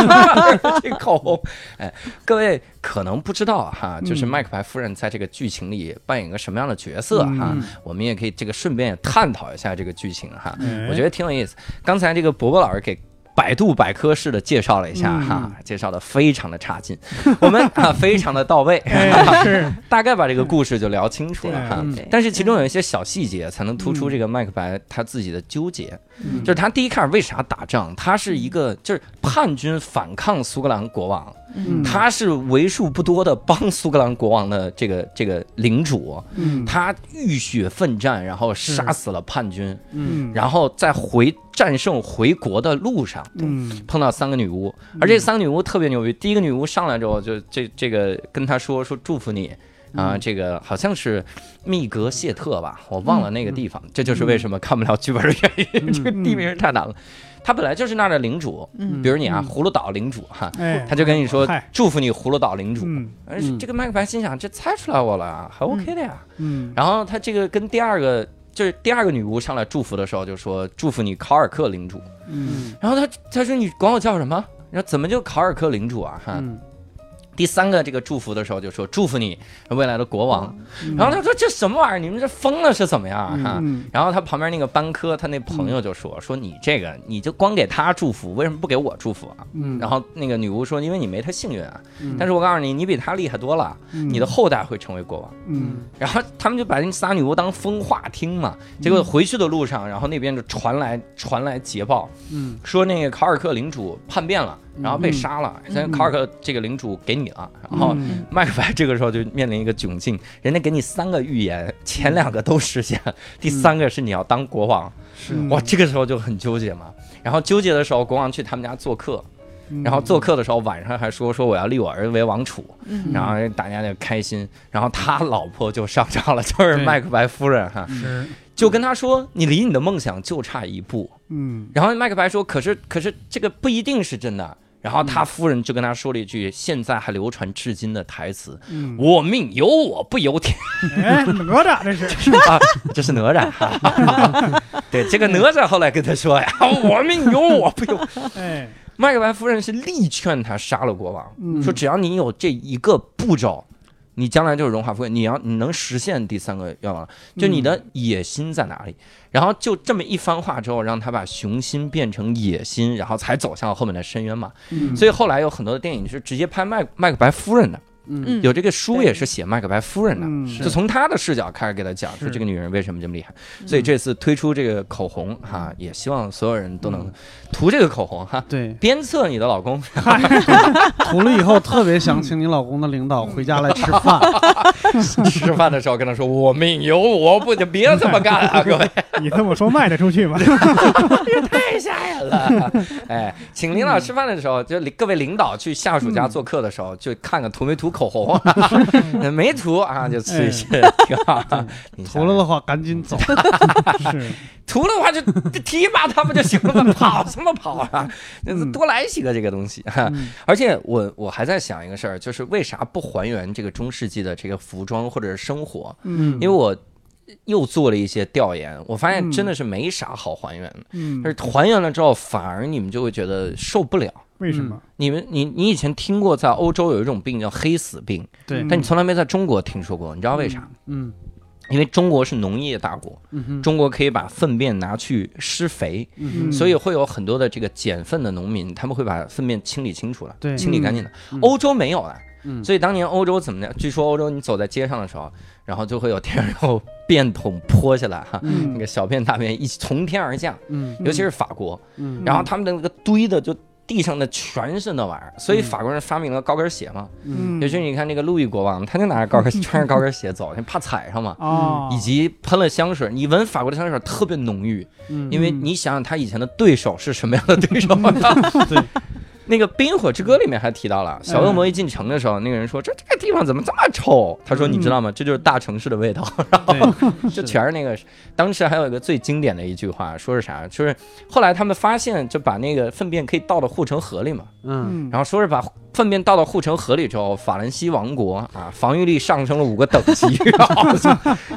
这这口红。哎，各位可能不知道哈，就是嗯麦克白夫人在这个剧情里扮演个什么样的角色哈嗯？我们也可以这个顺便也探讨一下这个剧情哈。哎我觉得挺有意思。刚才这个伯伯老师给百度百科式的介绍了一下嗯哈，介绍的非常的差劲， 我们啊非常的到位，哎是，大概把这个故事就聊清楚色了对哈。对嗯对但是其中有一些小细节，才能突出这个麦克白他自己的纠结。嗯就是他第一开始为啥打仗？他是一个就是叛军反抗苏格兰国王，嗯他是为数不多的帮苏格兰国王的这个这个领主，嗯他浴血奋战，然后杀死了叛军，嗯嗯然后在回战胜回国的路上。 嗯碰到三个女巫，而这三个女巫特别牛逼。第一个女巫上来之后，就这这个跟她说说祝福你啊，嗯这个好像是密格谢特吧，我忘了那嗯个地方。这就是为什么看不了剧本的原因，这个地名太难了。她本来就是那儿的领主，嗯比如你啊，嗯葫芦岛领主哈，哎她就跟你说嗨祝福你葫芦岛领主。嗯而且这个麦克白心想，这猜出来我了啊，还 OK 的呀。嗯然后他这个跟第二个就是第二个女巫上来祝福的时候，就说祝福你考尔克领主。嗯然后他他说你管我叫什么？然后怎么就考尔克领主啊？哈，嗯第三个这个祝福的时候就说祝福你未来的国王。嗯然后他说这什么玩意儿？你们这疯了是怎么样啊？哈。嗯然后他旁边那个班科，他那朋友就说：“说你这个，你就光给他祝福，为什么不给我祝福啊？”嗯，然后那个女巫说：“因为你没他幸运啊。嗯但是我告诉你，你比他厉害多了，你的后代会成为国王。”嗯然后他们就把那仨女巫当风话听嘛。结嗯果回去的路上，然后那边就传来传来捷报，嗯说那个考尔克领主叛变了，然后被杀了。现在考尔克这个领主给你了，然后嗯麦克白这个时候就面临一个窘境，人家给你三个预言，前两个都实现，第三个是你要当国王，是嗯哇，这个时候就很纠结嘛。然后纠结的时候，国王去他们家做客，然嗯后做客的时候晚上还说说我要立我儿子为王储，嗯然后大家就开心，然后他老婆就上场了，就是对麦克白夫人哈，是就跟他说你离你的梦想就差一步，嗯然后麦克白说：“可是，可是这个不一定是真的。”然后他夫人就跟他说了一句现在还流传至今的台词嗯：“我命由我不由天哎哪吒这是 啊！”这是哪吒。 对，这个哪吒后来跟他说呀：“我命由我不由。哎”麦克白夫人是力劝他杀了国王，嗯说只要你有这一个步骤，你将来就是荣华富贵，你要你能实现第三个愿望，就你的野心在哪里？然后就这么一番话之后，让他把雄心变成野心，然后才走向后面的深渊嘛。嗯所以后来有很多的电影是直接拍麦麦克白夫人的，嗯嗯有这个书也是写麦克白夫人的。嗯是就从她的视角开始给她讲，说是这个女人为什么这么厉害。所以这次推出这个口红哈、也希望所有人都能涂这个口红哈、对，鞭策你的老公， 涂了以后特别想请你老公的领导回家来吃 饭，嗯吃饭的时候跟他说：“我命由我不，就别这么干啊，各位， 你这么说卖得出去吗？太吓人了。”哎，请领导吃饭的时候，就领各位领导去下属家做客的时候，就看看涂没涂口红，没涂啊，就吃一吃，挺好。你想涂了的话赶紧走。嗯是涂了的话就 就提拔他们就行了 嘛，跑什么跑啊？那多来几个这个东西。哈嗯而且我我还在想一个事儿，就是为啥不还原这个中世纪的这个服装或者是生活？嗯因为我又做了一些调研，我发现嗯真的是没啥好还原的，嗯但是还原了之后，反而你们就会觉得受嗯不了。为什么？你们，你你以前听过，在欧洲有一种病叫黑死病，对，但你从来没在中国听说过，你知道为啥？嗯因为中国是农业大国，嗯哼中国可以把粪便拿去施肥，嗯哼所以会有很多的这个捡粪的农民，他们会把粪便清理清楚了，对清理干净的。嗯欧洲没有了，啊嗯所以当年欧洲怎么样？据说欧洲你走在街上的时候，然后就会有天然便桶泼下来哈，嗯那个小便大便一起从天而降，嗯尤其是法国，嗯然后他们的那个堆的就地上的全是那玩意儿，所以嗯法国人发明了高跟鞋嘛。嗯也就是你看那个路易国王，他就拿着 高跟穿着高跟鞋走，怕踩上嘛。啊，哦以及喷了香水，你闻法国的香水特别浓郁，嗯，因为你想想他以前的对手是什么样的对手、 对，那个《冰与火之歌》里面还提到了，小恶魔一进城的时候，那个人说：“这这个地方怎么这么臭？”他说：“嗯你知道吗？这就是大城市的味道。”对， 这是全是那个。当时还有一个最经典的一句话，说是啥？就是后来他们发现，就把那个粪便可以倒到护城河里嘛。嗯，嗯，然后说是把粪便倒到护城河里之后，法兰西王国啊，防御力上升了五个等级，然后就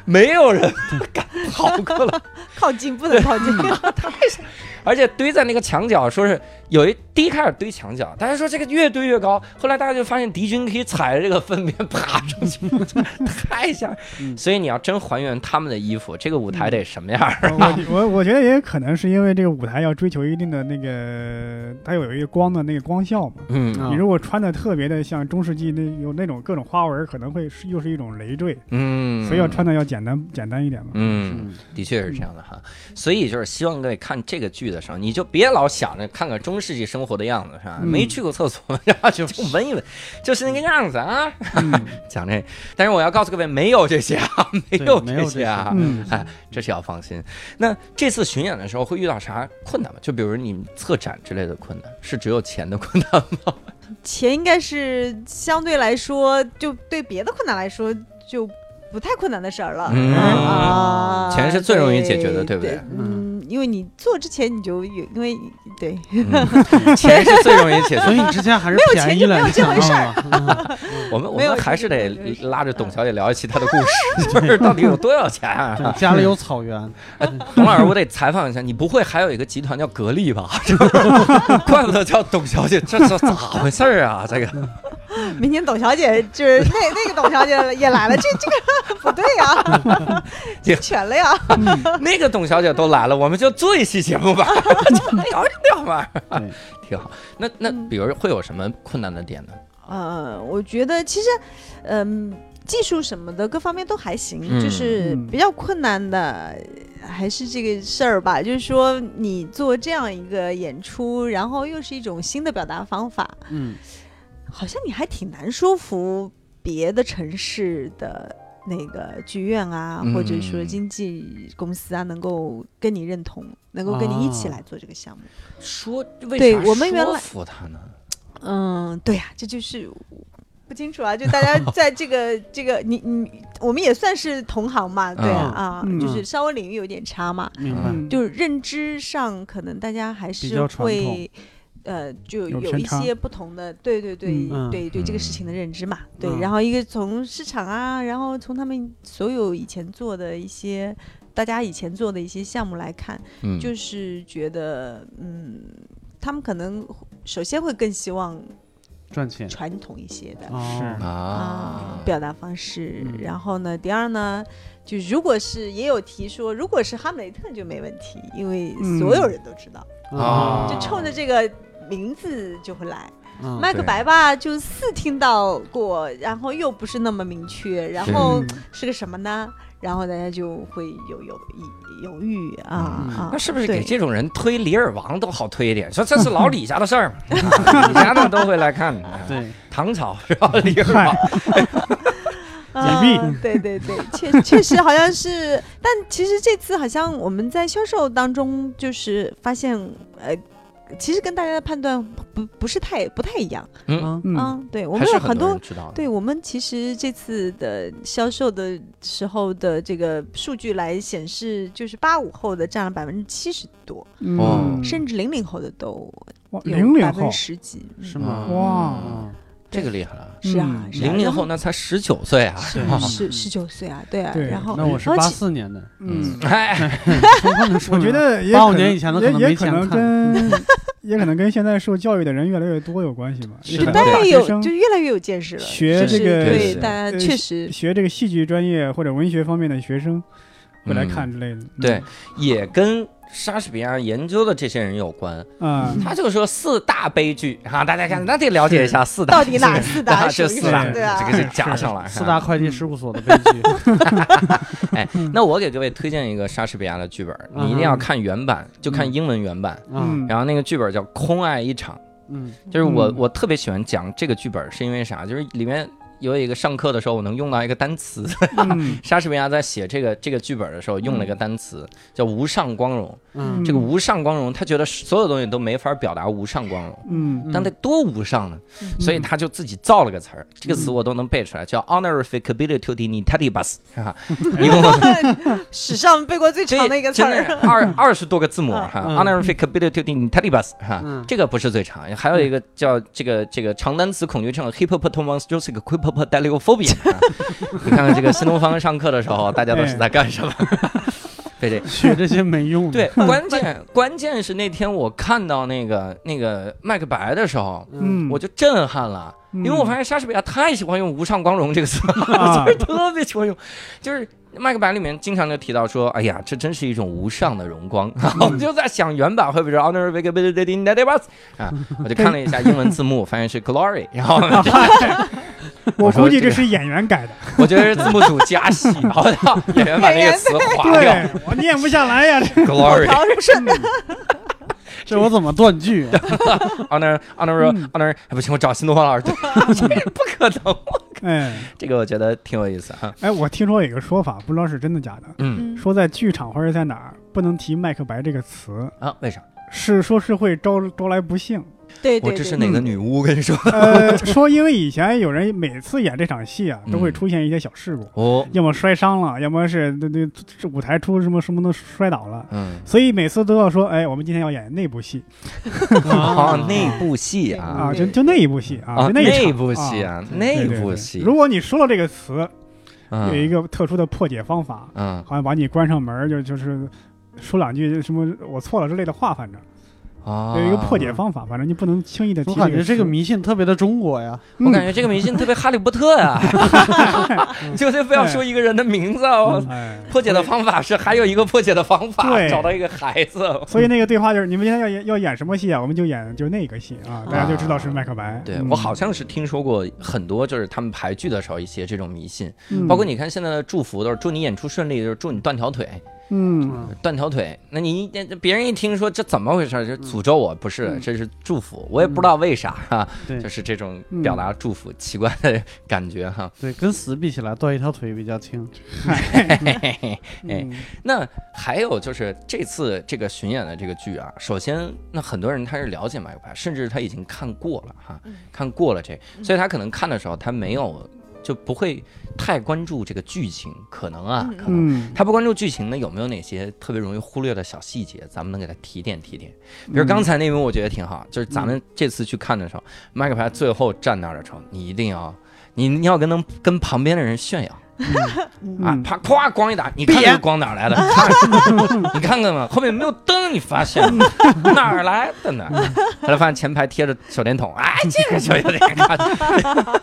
没有人 敢逃过了。靠近不能靠近，而且堆在那个墙角，说是有一第一开始堆墙角，大家说这个越堆越高，后来大家就发现敌军可以踩着这个粪便爬上去， 太吓人。嗯所以你要真还原他们的衣服，这个舞台得什么样儿？我我我觉得也可能是因为这个舞台要追求一定的那个，它有一个光的那个光效嘛。 嗯啊你如果穿的特别的像中世纪那有那种各种花纹，可能会是又是一种累赘，嗯，所以要穿的要简单简单一点嘛。嗯，的确是这样的哈，所以就是希望各位看这个剧的时候，你就别老想着看看中世纪生活的样子，是吧？嗯没去过厕所，然后就闻一闻，就是那个样子啊。嗯 讲这，但是我要告诉各位，没有这些啊，没对有没有这些啊，嗯哎，这是要放心。那这次巡演的时候会遇到啥困难吗？就比如你们策展之类的困难，是只有钱的困难吗？钱应该是相对来说，就对别的困难来说就不太困难的事儿了。嗯啊，钱是最容易解决的对不对嗯，因为你做之前你就有，因为对，嗯 钱是最容易解决所的。以你之前还是便宜了，啊没有钱就没有这回事儿。我们我没有们还是得这个拉着董小姐聊一期她的故事， 就是到底有多少钱啊？ 对家里有草原，董老师，我得采访一下，你不会还有一个集团叫格力吧？ 怪不得叫董小姐，这这咋回事儿啊？这个明天董小姐就是那那个董小姐也来了，这这个不对呀，侵权了呀。那个董小姐都来了，我们就做一期节目吧， 就聊一聊嘛， 对挺好。那那比如会有什么困难的点呢？呃，我觉得其实，嗯、技术什么的各方面都还行，嗯就是嗯比较困难的还是这个事儿吧。就是说，你做这样一个演出，然后又是一种新的表达方法，嗯，好像你还挺难说服别的城市的。那个剧院啊，或者说嗯经纪公司啊，能够跟你认同，能够跟你一起啊来做这个项目。说为对啥我们原来说服他呢？嗯，对呀、这就是不清楚啊，就大家在这个这个，你你我们也算是同行嘛，对啊，啊嗯就是稍微领域有点差嘛，明白。嗯，就是认知上可能大家还比是较传会。呃，就有有偏一差些不同的，对对对、嗯对对这个事情的认知嘛，对。嗯然后一个从市场啊，然后从他们所有以前做的一些，大家以前做的一些项目来看，嗯，就是觉得，嗯，他们可能首先会更希望赚钱传统一些的哦是啊，表达方式。嗯然后呢，第二呢，就如果是也有提说，如果是哈姆雷特就没问题，因为所有人都知道，嗯啊就冲着这个。名字就会来，嗯 麦克白吧，就似听到过，然后又不是那么明确，然嗯后是个什么呢？然后大家就会有有犹豫啊嗯啊！那是不是对给这种人推李尔王都好推一点？说这是老李家的 事儿嘛， 啊李家的都会来看。对，唐朝是吧？李 尔王嗨，啊，壁对对对， 确确实好像是，但其实这次好像我们在销售当中就是发现，呃，其实跟大家的判断不不是太不太一样。嗯，嗯嗯，嗯，对，我还们是有很很多多人，知道的。对我们其实这次的销售的时候的这个数据来显示，就是八五后的占了百分之七十多，哦嗯甚至零零后的都哇有零百零分后之十几。嗯是吗？哇，嗯这个厉害了。是啊，嗯是啊零零然后那才十九岁啊！是啊十十九岁啊，对啊，对然后那我是然后八其四年的，嗯，哎，我觉得也85可能年以前的可也能也没可钱能看跟 也可能跟现在受教育的人越来越多有关系吧。是也可的能大大家学有生就越来越有见识了，学就是这个对对大家呃确学实，学这个戏剧专业或者文学方面的学生会来看之类的。嗯对，也跟莎士比亚研究的这些人有关。啊，嗯他就说四大悲剧啊，大家看，那得了解一下四大到底哪四大 啊属于这什四么大，对啊这个就加 上了。四大会计事务所的悲剧，啊哎，那我给各位推荐一个莎士比亚的剧本，你一定要看原版，就看英文原版。嗯然后那个剧本叫《空爱一场》，嗯就是我、嗯我特别喜欢讲这个剧本，是因为啥？就是里面有一个上课的时候，我能用到一个单词。 嗯莎士比亚在写这个这个剧本的时候用了一个单词，叫无上光荣。嗯这个无上光荣，他觉得所有东西都没法表达无上光荣，嗯但他多无上呢？啊嗯所以他就自己造了个词儿，这个词我都能背出来，叫 honorificabilitudinitatibus，哈，一共 史上背过最长的一个 这词真的是儿。二二十多个字母哈嗯，honorificabilitudinitatibus 哈嗯，这个不是最长，还有一个叫这个这个长单词恐惧症 hippopotamonstrosic quipopodaliophobia，哈你看看这个新东方上课的时候，大家都是在干什么？ 对对，学这些没用的。对，关键关键是那天我看到那个那个麦克白的时候，嗯，我就震撼了，因为我发现现莎士比亚太喜欢用“无上光荣”这个词了，嗯啊特别喜欢用，就是。麦克白里面经常就提到说，哎呀，这真是一种无上的 荣光。然嗯后我就在想原版会不会是 honor v i c a b i l i t y n a t i v u s 啊？我就看了一下英文 字幕，发现是 glory，然后我说估计这这个是演员改的，我觉得是字幕组加戏，然后让演员把这个词划掉对我念不下来呀， 这 glory。条是不顺的，这我怎么断句啊？ honor honor 嗯 honor，哎不行，我找新东方 老师，对这不可能。哎这个我觉得挺有意思啊。哎，我听说有一个说法，不知道是真的假的，嗯说在剧场或者在哪儿不能提麦克白这个词，啊，为啥？是说是会招招来 不幸。对我对这是对，哪个嗯女巫？跟你说呃，说因为以前有人每次演这场戏啊，都会嗯出现一些小事故，嗯哦，要么摔伤了，要么是那那这舞台出什么什么都摔倒了。哦嗯，所以每次都要说，哎，我们今天要演那部戏哦，那部戏啊啊，嗯就就那一部戏啊，啊，就一那场部戏啊，啊，对那对部对戏，如果你说了这个词，有一嗯个特殊的破解方法，嗯好像把你关上门儿，就就是说两句什么我错了之类的话，反正啊，有一个破解。嗯方法，反正你不能轻易的提我感觉这词个嗯迷信特别的中国呀。我感觉这个迷信特别哈利波特 呀，就是非要说一个人的名字哦。哎，破解的方法是还有一个破解的方法，对嗯找到一个孩子。所以那个对话就是你们现在要演要演什么戏啊？我们就演就那个戏啊，大家就知道是麦克白。啊对嗯我好像是听说过很多，就是他们排剧的时候一些这种迷信，嗯包括你看现在的祝福都是祝你演出顺利，就是祝你断条腿，嗯断条腿。那你那那别人一听说这怎么回事儿，就诅咒我，不是，这是祝福，我也不知道为啥哈，对就是这种表达祝福奇怪的感觉哈。对，跟死比起来，断一条腿比较轻。嘿嘿嘿。哎嗯，那还有就是这次这个巡演的这个剧啊，首先那很多人他是了解麦克白，甚至他已经看过了哈嗯，看过了这，所以他可能看的时候他没有就不会太关注这个剧情，可能啊嗯，可能。嗯他不关注剧情呢，有没有哪些特别容易忽略的小细节？咱们能给他提点提点。比如刚才那幕，我觉得挺嗯好，就是咱们这次去看的时候，麦克白最后站那儿的时候，你一定要，你你要跟能跟旁边的人炫耀。啊，嗯啪，咵，光一打，你看闭这眼个光哪儿来的？ 你看，你看看嘛，后面没有灯，你发现 吗哪儿来的呢？后来发现前排贴着手电筒，哎，这个就有点看。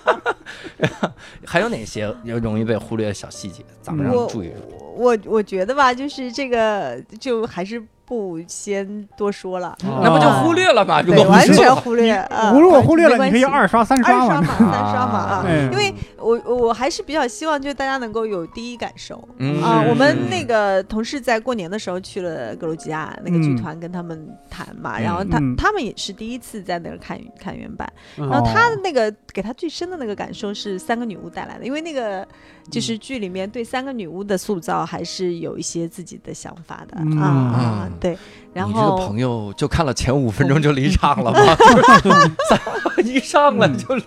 还有哪些容易被忽略的小细节？咱们让我人注意。我我觉得吧，就是这个就还是不先多说了，哦那不就啊忽略了吗？如对，果不完说全的话忽略。啊如果忽略没了，关你可以系二刷、三二刷刷嘛。嘛，三刷嘛啊。 哎因为我我还是比较希望，就是大家能够有第一感受。嗯啊，我们嗯那个同事在过年的时候去了格鲁吉亚那个剧团，跟他们谈嘛，然后他、嗯他们也是第一次在那儿看看原版，嗯然后他哦那个给他最深的那个感受是三个女巫带来的，因为那个就是剧里面对三个女巫的塑造还是有一些自己的想法的、嗯啊嗯，对，然你这个后朋友就看了前五分钟就离场 了吗？ 就是仨一上嗯来就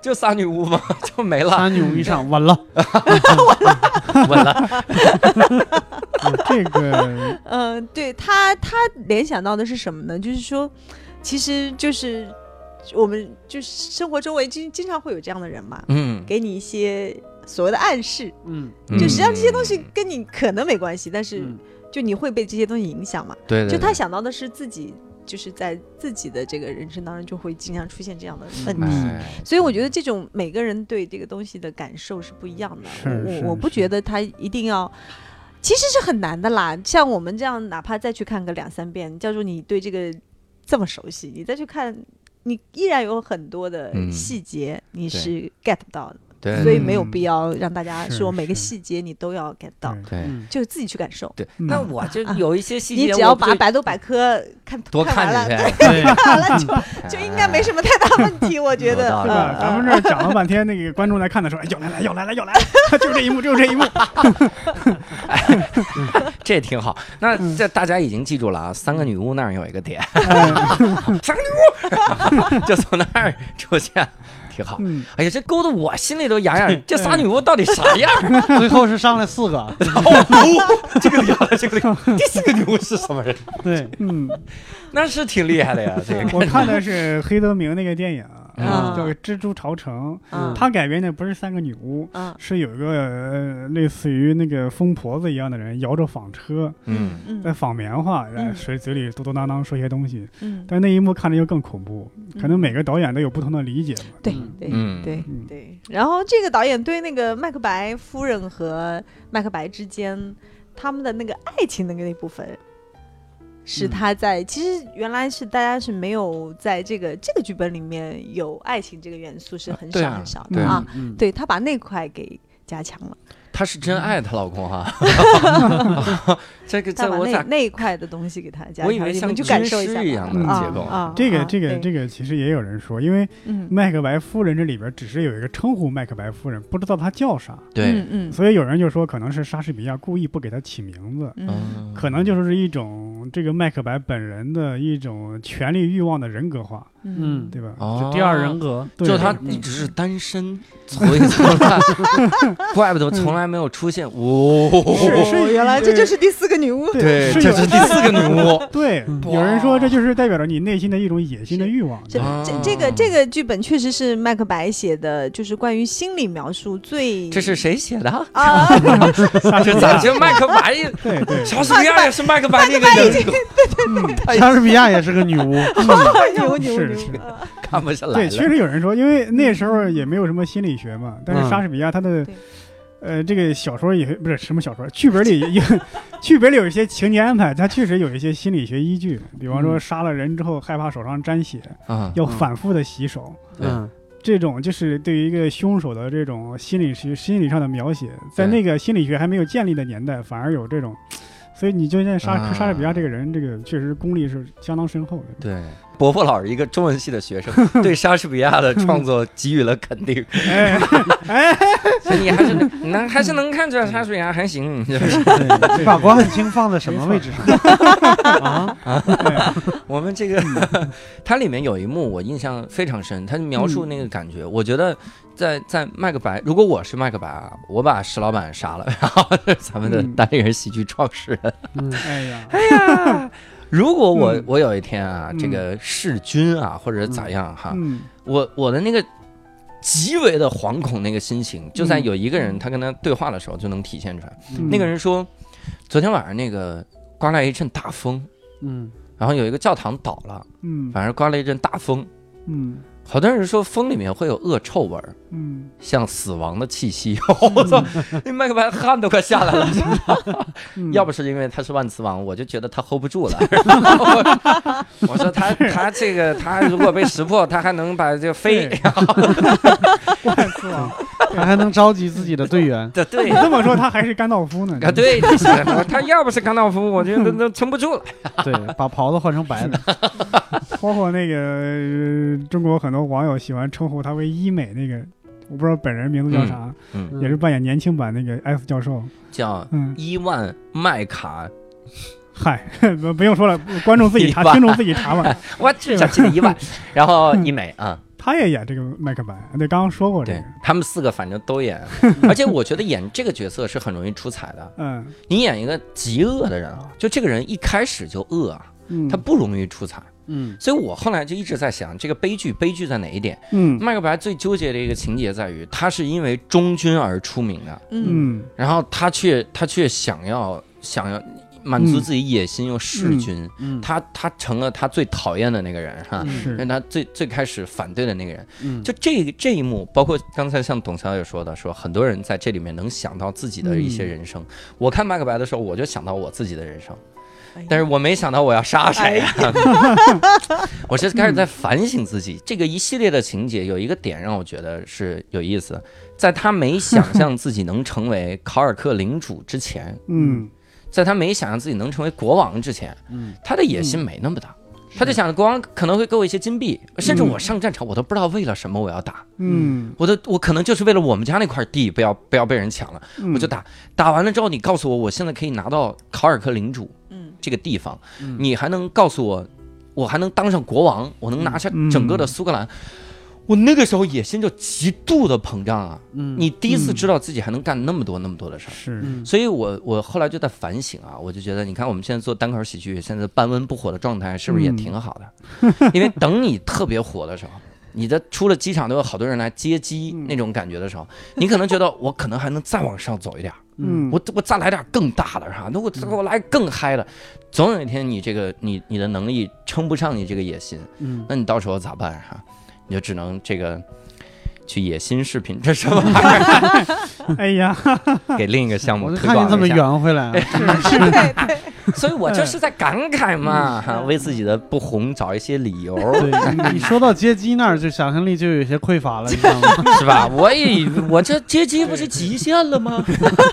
就仨女巫吗？ 就没了，他扭一上稳了。稳了。这 个嗯、呃对他他联想到的是什么呢？就是说，其实就是我们就是生活周围经经常会有这样的人嘛，嗯，给你一些所谓的暗示，嗯，就实际上这些东西嗯跟你可能没关系，但是嗯就你会被这些东西影响嘛。对对，就对他想到的是自己，就是在自己的这个人生当中就会经常出现这样的问题。嗯哎所以我觉得这种每个人对这个东西的感受是不一样的。是我是我我不是觉得他一定要，其实是很难的啦。像我们这样，哪怕再去看个两三遍，叫做你对这个这么熟悉，你再去看，你依然有很多的嗯细节你对是 get 不到的。对所以对没有嗯必要让大家是说每个是细节你都要 get 到，对嗯就自己去感受。对，嗯那我就有一些细节，啊你只要我不把百度百科看多看看完了，几对，遍，对， 看完了就 就应该没什么太大问题，我觉得有道对理吧？咱嗯。们这儿讲了半天，那个观众在看的时候，哎，又来了，又来了，又来了， 就这一幕，就这一幕。哎这挺好。那嗯这大家已经记住了啊，三个女巫那儿有一 个点，三个女巫 就从那儿出现，挺好。嗯，哎呀，这勾得我心里都痒 痒。这仨女巫到底啥样？ 最后是上来四个，哦，这个痒了，这个痒了。第四个女巫是什么人？对，嗯， 那是挺厉害的 呀，这个。我看的是黑泽明那个电影，啊嗯叫《蜘蛛巢城》，嗯它改编的不是三个女巫，嗯是有一个呃类似于那个疯婆子一样的人，摇着纺车嗯，在嗯纺棉花，然后嗯嘴嘴里嘟嘟囔囔说些东西。嗯，但是那一幕看着就更恐怖，可能嗯每个导演都有不同的理解嘛。对嗯对嗯对嗯对。然后这个导演对那个麦克白夫人和麦克白之间他们的那个爱情的那部分。是嗯他在，其实原来是大家是没有在这个这个剧本里面有爱情这个元素是很对少啊很少对的啊，嗯，对他把那块给加强了，她是真爱她老公 哈。这个他在把我那咋？那一块的东西给他加强，我以为你像们去军感受一下师吧一样的啊结构啊啊，这个啊这个对这个其实也有人说，因为嗯麦克白夫人这里边只是有一个称呼麦克白夫人，不知道她叫啥，对，嗯所以有人就说可能是莎士比亚故意不给她起名字，嗯嗯可能就是一种这个麦克白本人的一种权力欲望的人格化，嗯对吧？哦，第二人格，对就他对一直是单身，所以 从来，怪不得从来没有出现。是哦，是哦，原来这就是第四个女巫，对，嗯是这有是第四个 女巫。对嗯，有人说这就是代表着你内心的一种野心的欲望。这啊这这个这个剧本确实是麦克白写的，就是关于心理描述最这是谁写的啊？啊，莎这士比咋亚，就麦克白？对对，莎士比亚也是麦克白那个人 格，莎士比亚也是个女巫， 牛牛嗯是牛是，啊看不下来对，了。确实有人说，因为那时候也没有什么心理学嘛，但嗯是莎士比亚他的对。呃，这个小说也不是什么小说，剧本里有， 剧本里有一些情节安排，它确实有一些心理学依据。比方说，嗯杀了人之后害怕手上沾血，啊，要反复的洗手，对嗯，这种就是对于一个凶手的这种心理学、心理上的描写，在对那个心理学还没有建立的年代，反而有这种，所以你就见莎、啊莎士比亚这个人，这个确实功力是相当深厚 的。对。伯伯老师一个中文系的学生，对莎士比亚的创作给予了肯定，哎，所以你 还是能 能还是能看出来莎士比亚还行，嗯 就是你把关汉卿放在什么位置上 啊？我们这个，它里面有一幕我印象非常深，它描述那个感觉，我觉得在在麦克白，如果我是麦克白啊，我把石老板杀了，然 后咱们的嗯单立人喜剧创始人，嗯 哎呀， 如果我、嗯我有一天啊，嗯这个弑君啊，或者咋样哈，嗯我我的那个极为的惶恐那个心情，就在嗯有一个人他跟他对话的时候就能体现出来。嗯那个人说，昨天晚上那个刮来一阵大风，嗯然后有一个教堂倒了，嗯反正刮了一阵大风。嗯好多人说风里面会有恶臭味儿，嗯，像死亡的气 息。我操，那麦克白汗都快下来了。嗯要不是因为他是万磁王，我就觉得他 hold 不住 了。然后我我说他他这个他如果被识破，他还能把这个飞。对万次啊王，他还能召集自己的队 员，对 对你这么说，他还是甘道夫呢？啊，对，就是他要不是甘道夫，我觉得都撑不住了。对，把袍子换成白的，包括那个、呃中国很多网友喜欢称呼他为医美那个，我不知道本人名字叫啥，嗯，也是扮演年轻版那个 F 教授。叫嗯，伊万麦卡，嗨， 不不用说了，观众自己查一，万听众自己查吧。 我至少记得伊 万，然后伊美啊，他也演这个麦克白，对，刚刚说过这对个。他们四个反正都 演，而且我觉得演这个角色是很容易出彩的。嗯你演一个极恶的人啊，就这个人一开始就恶啊，嗯，他不容易出彩。嗯所以我后来就一直在想，这个悲剧悲剧在哪一点？嗯麦克白最纠结的一个情节在于，他是因为忠君而出名的，嗯嗯然后他却他却想要想要满足自己野心又弑君，嗯，他他成了他最讨厌的那个人哈。嗯是让他最最开始反对的那个人，嗯就这个这一幕，包括刚才像董小姐说的，说很多人在这里面能想到自己的一些人生。我看《马可白》的时候，我就想到我自己的人生，嗯但是我没想到我要杀谁呀、哎 我这开始在反省自己。这个一系列的情节有一个点让我觉得是有意思，在他没想象自己能成为考尔克领主之前，嗯在他没想象自己能成为国王之前，嗯，他的野心没那么大。嗯他就想着国王可能会给我一些金币，甚至我上战场我都不知道为了什么我要打，嗯，我的我可能就是为了我们家那块地不要不要被人抢了，嗯我就打。打完了之后，你告诉我我现在可以拿到考尔克领主嗯这个地方，嗯你还能告诉我，我还能当上国王，我能拿下嗯整个的苏格兰。我那个时候野心就极度的膨胀啊！嗯你第一次知道自己还能干那么多那么多的事儿，是嗯所以我我后来就在反省啊，我就觉得，你看我们现在做单口喜剧，现在半温不火的状态是不是也嗯挺好的？ 因为等你特别火的时候，你的出了机场都有好多人来接机嗯那种感觉的时候，你可能觉得我可能还能再往上走一点儿，嗯我我再来点更大的哈，那我嗯我来更嗨的，总有一天你这个你你的能力撑不上你这个野心，嗯那你到时候咋办哈、你就只能这个去野心视频这什么玩意儿哎呀，给另一个项目 我就推看广你这么嗯一下圆回来啊，所以我就是在感慨嘛，哈为自己的不红找一些理由，嗯对，你说到接机那儿，就想象力就有些匮乏了，你知道 吗？是吧？我 也我这接机不是极限了吗？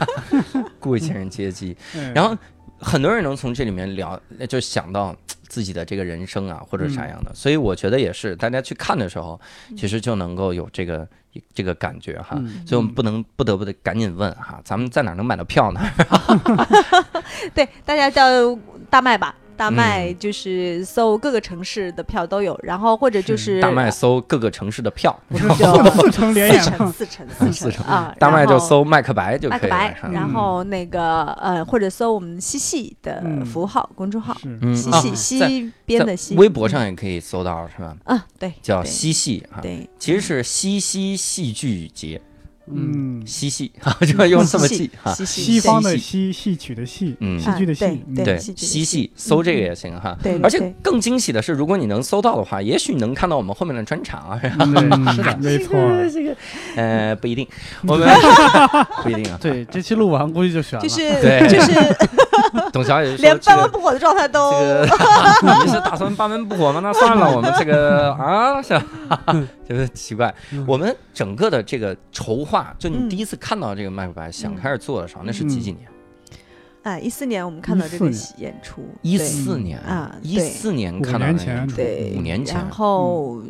故意请人接机，哎然后很多人能从这里面聊，呃就想到自己的这个人生啊，嗯或者啥样的。所以我觉得也是，大家去看的时候，其实就能够有这个这个感觉哈。嗯所以我们不能不得不得赶紧问哈，嗯咱们在哪儿能买到票呢？对，大家到大麦吧。大麦嗯就是搜各个城市的票都有，然后或者就是是大麦搜各个城市的票，我是然后就四成连四演城嘛，四城四四城城啊，大然麦就后搜麦克白就麦克可以了。嗯白哈，然后那个呃，或者搜我们西戏的嗯服务号公众号，是嗯西啊戏在西边在的西，微博上也可以搜到，是吧？啊，对，叫对西戏哈，对，其实是西西戏剧节，嗯，嗯，西 戏哈，就 用这么西记哈。西戏西方的戏西，戏曲的戏，嗯戏剧的啊戏，对对，戏剧的西戏戏搜这个也行哈。对，而且嗯对更惊喜的是，如果你能搜到的话，也许你能看到我们后面的专场啊。 嗯是的没错，呃，不 一定，我们 不一定啊。对，这期录完估计就悬了，就是对就是董小姐 就说连这半个温不火的状态都这个你是打算八门不火吗？那算了，我们这 个啊， 是吧？就是奇怪，嗯我们整个的这个筹划，就你第一次看到这个麦克白想开始做的嗯时候，那是几几年？哎，一四年我们看到这个戏演出，一对四年啊对一四年看到五年那前个，对五年前嗯然后呃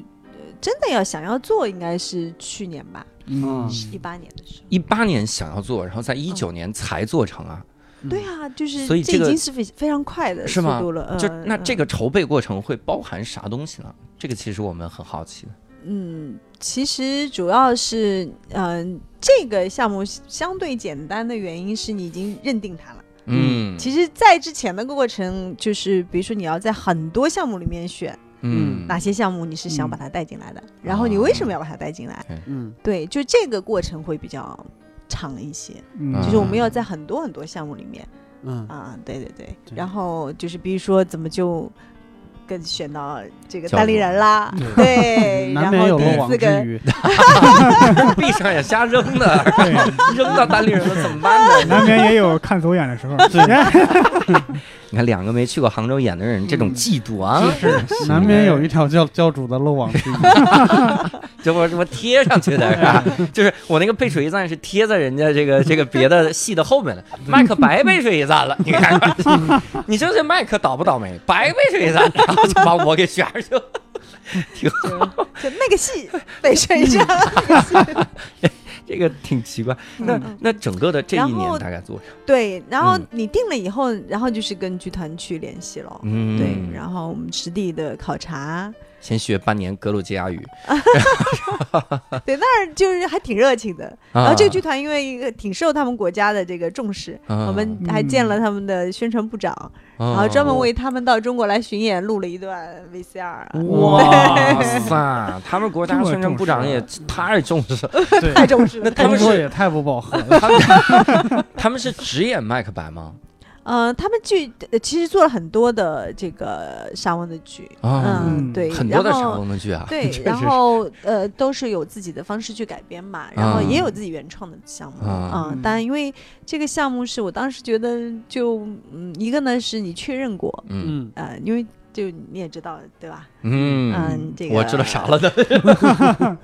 真的要想要做，应该是去年吧，嗯是一八年的时候。一八年想要做，然后在一九年才做成啊，对啊，就是所以这这已个经是非非常快的是速吗度了。就嗯那这嗯个筹备过程会包含啥东西呢？这个其实我们很好奇的。嗯，其实主要是嗯、这个项目相对简单的原因是你已经认定它了。嗯，其实，在之前的过程，就是比如说你要在很多项目里面选嗯，哪些项目你是想把它带进来的，然后你为什么要把它带进来？嗯对，就这个过程会比较长一些，嗯啊就是我们要在很多很多项目里面嗯，啊，对对对，对然后就是比如说怎么就。跟选到这个教单立主人啦，对 对，难然免后有漏第网四之个鱼，闭上眼瞎扔的， 对，扔到单立人了怎么办呢？难免也有看走眼的时候， 哎你看，两个没去过杭州演的人，这嗯种嫉妒啊，是难免有一条教教主的漏网之鱼，这我我贴上去的是吧？嗯 就是我那个背水一战是贴在人家这个这个别的戏的后 面的，麦克白背水一战了，你看， 你说这麦克倒不倒霉？白背水一战，然后就把我给选上去了，挺好， 就那个戏被吹上，嗯那个戏 这个挺奇怪。那那整个的这一嗯然后年大概做啥？ 对，然后嗯你定了以后，然后就是跟剧团去联系了。嗯对，然后我们实地的考察，先学半年格鲁吉亚语，对那儿就是还挺热情的。然然后这个剧团因为挺受他们国家的这个重视，啊哦我们还见了他们的宣传部长，然然后专门为他们到中国来巡演录了一段 VCR，哇 塞，他们国家宣传部 长也太重视了。 对， 太重视了。他们工是作也太不饱和了，他们他们是只演麦克白吗？呃，他们剧呃其实做了很多的这个沙翁的剧，啊嗯，嗯对，很多的然后沙翁的剧啊，对 确，然实是后呃，都是有自己的方式去改编嘛，然后也有自己原创的项目啊啊、嗯但因为这个项目是我当时觉得就嗯，一个呢是你确认过，嗯嗯，呃，因为就你也知道对吧？嗯，嗯，这个我知道啥了呢？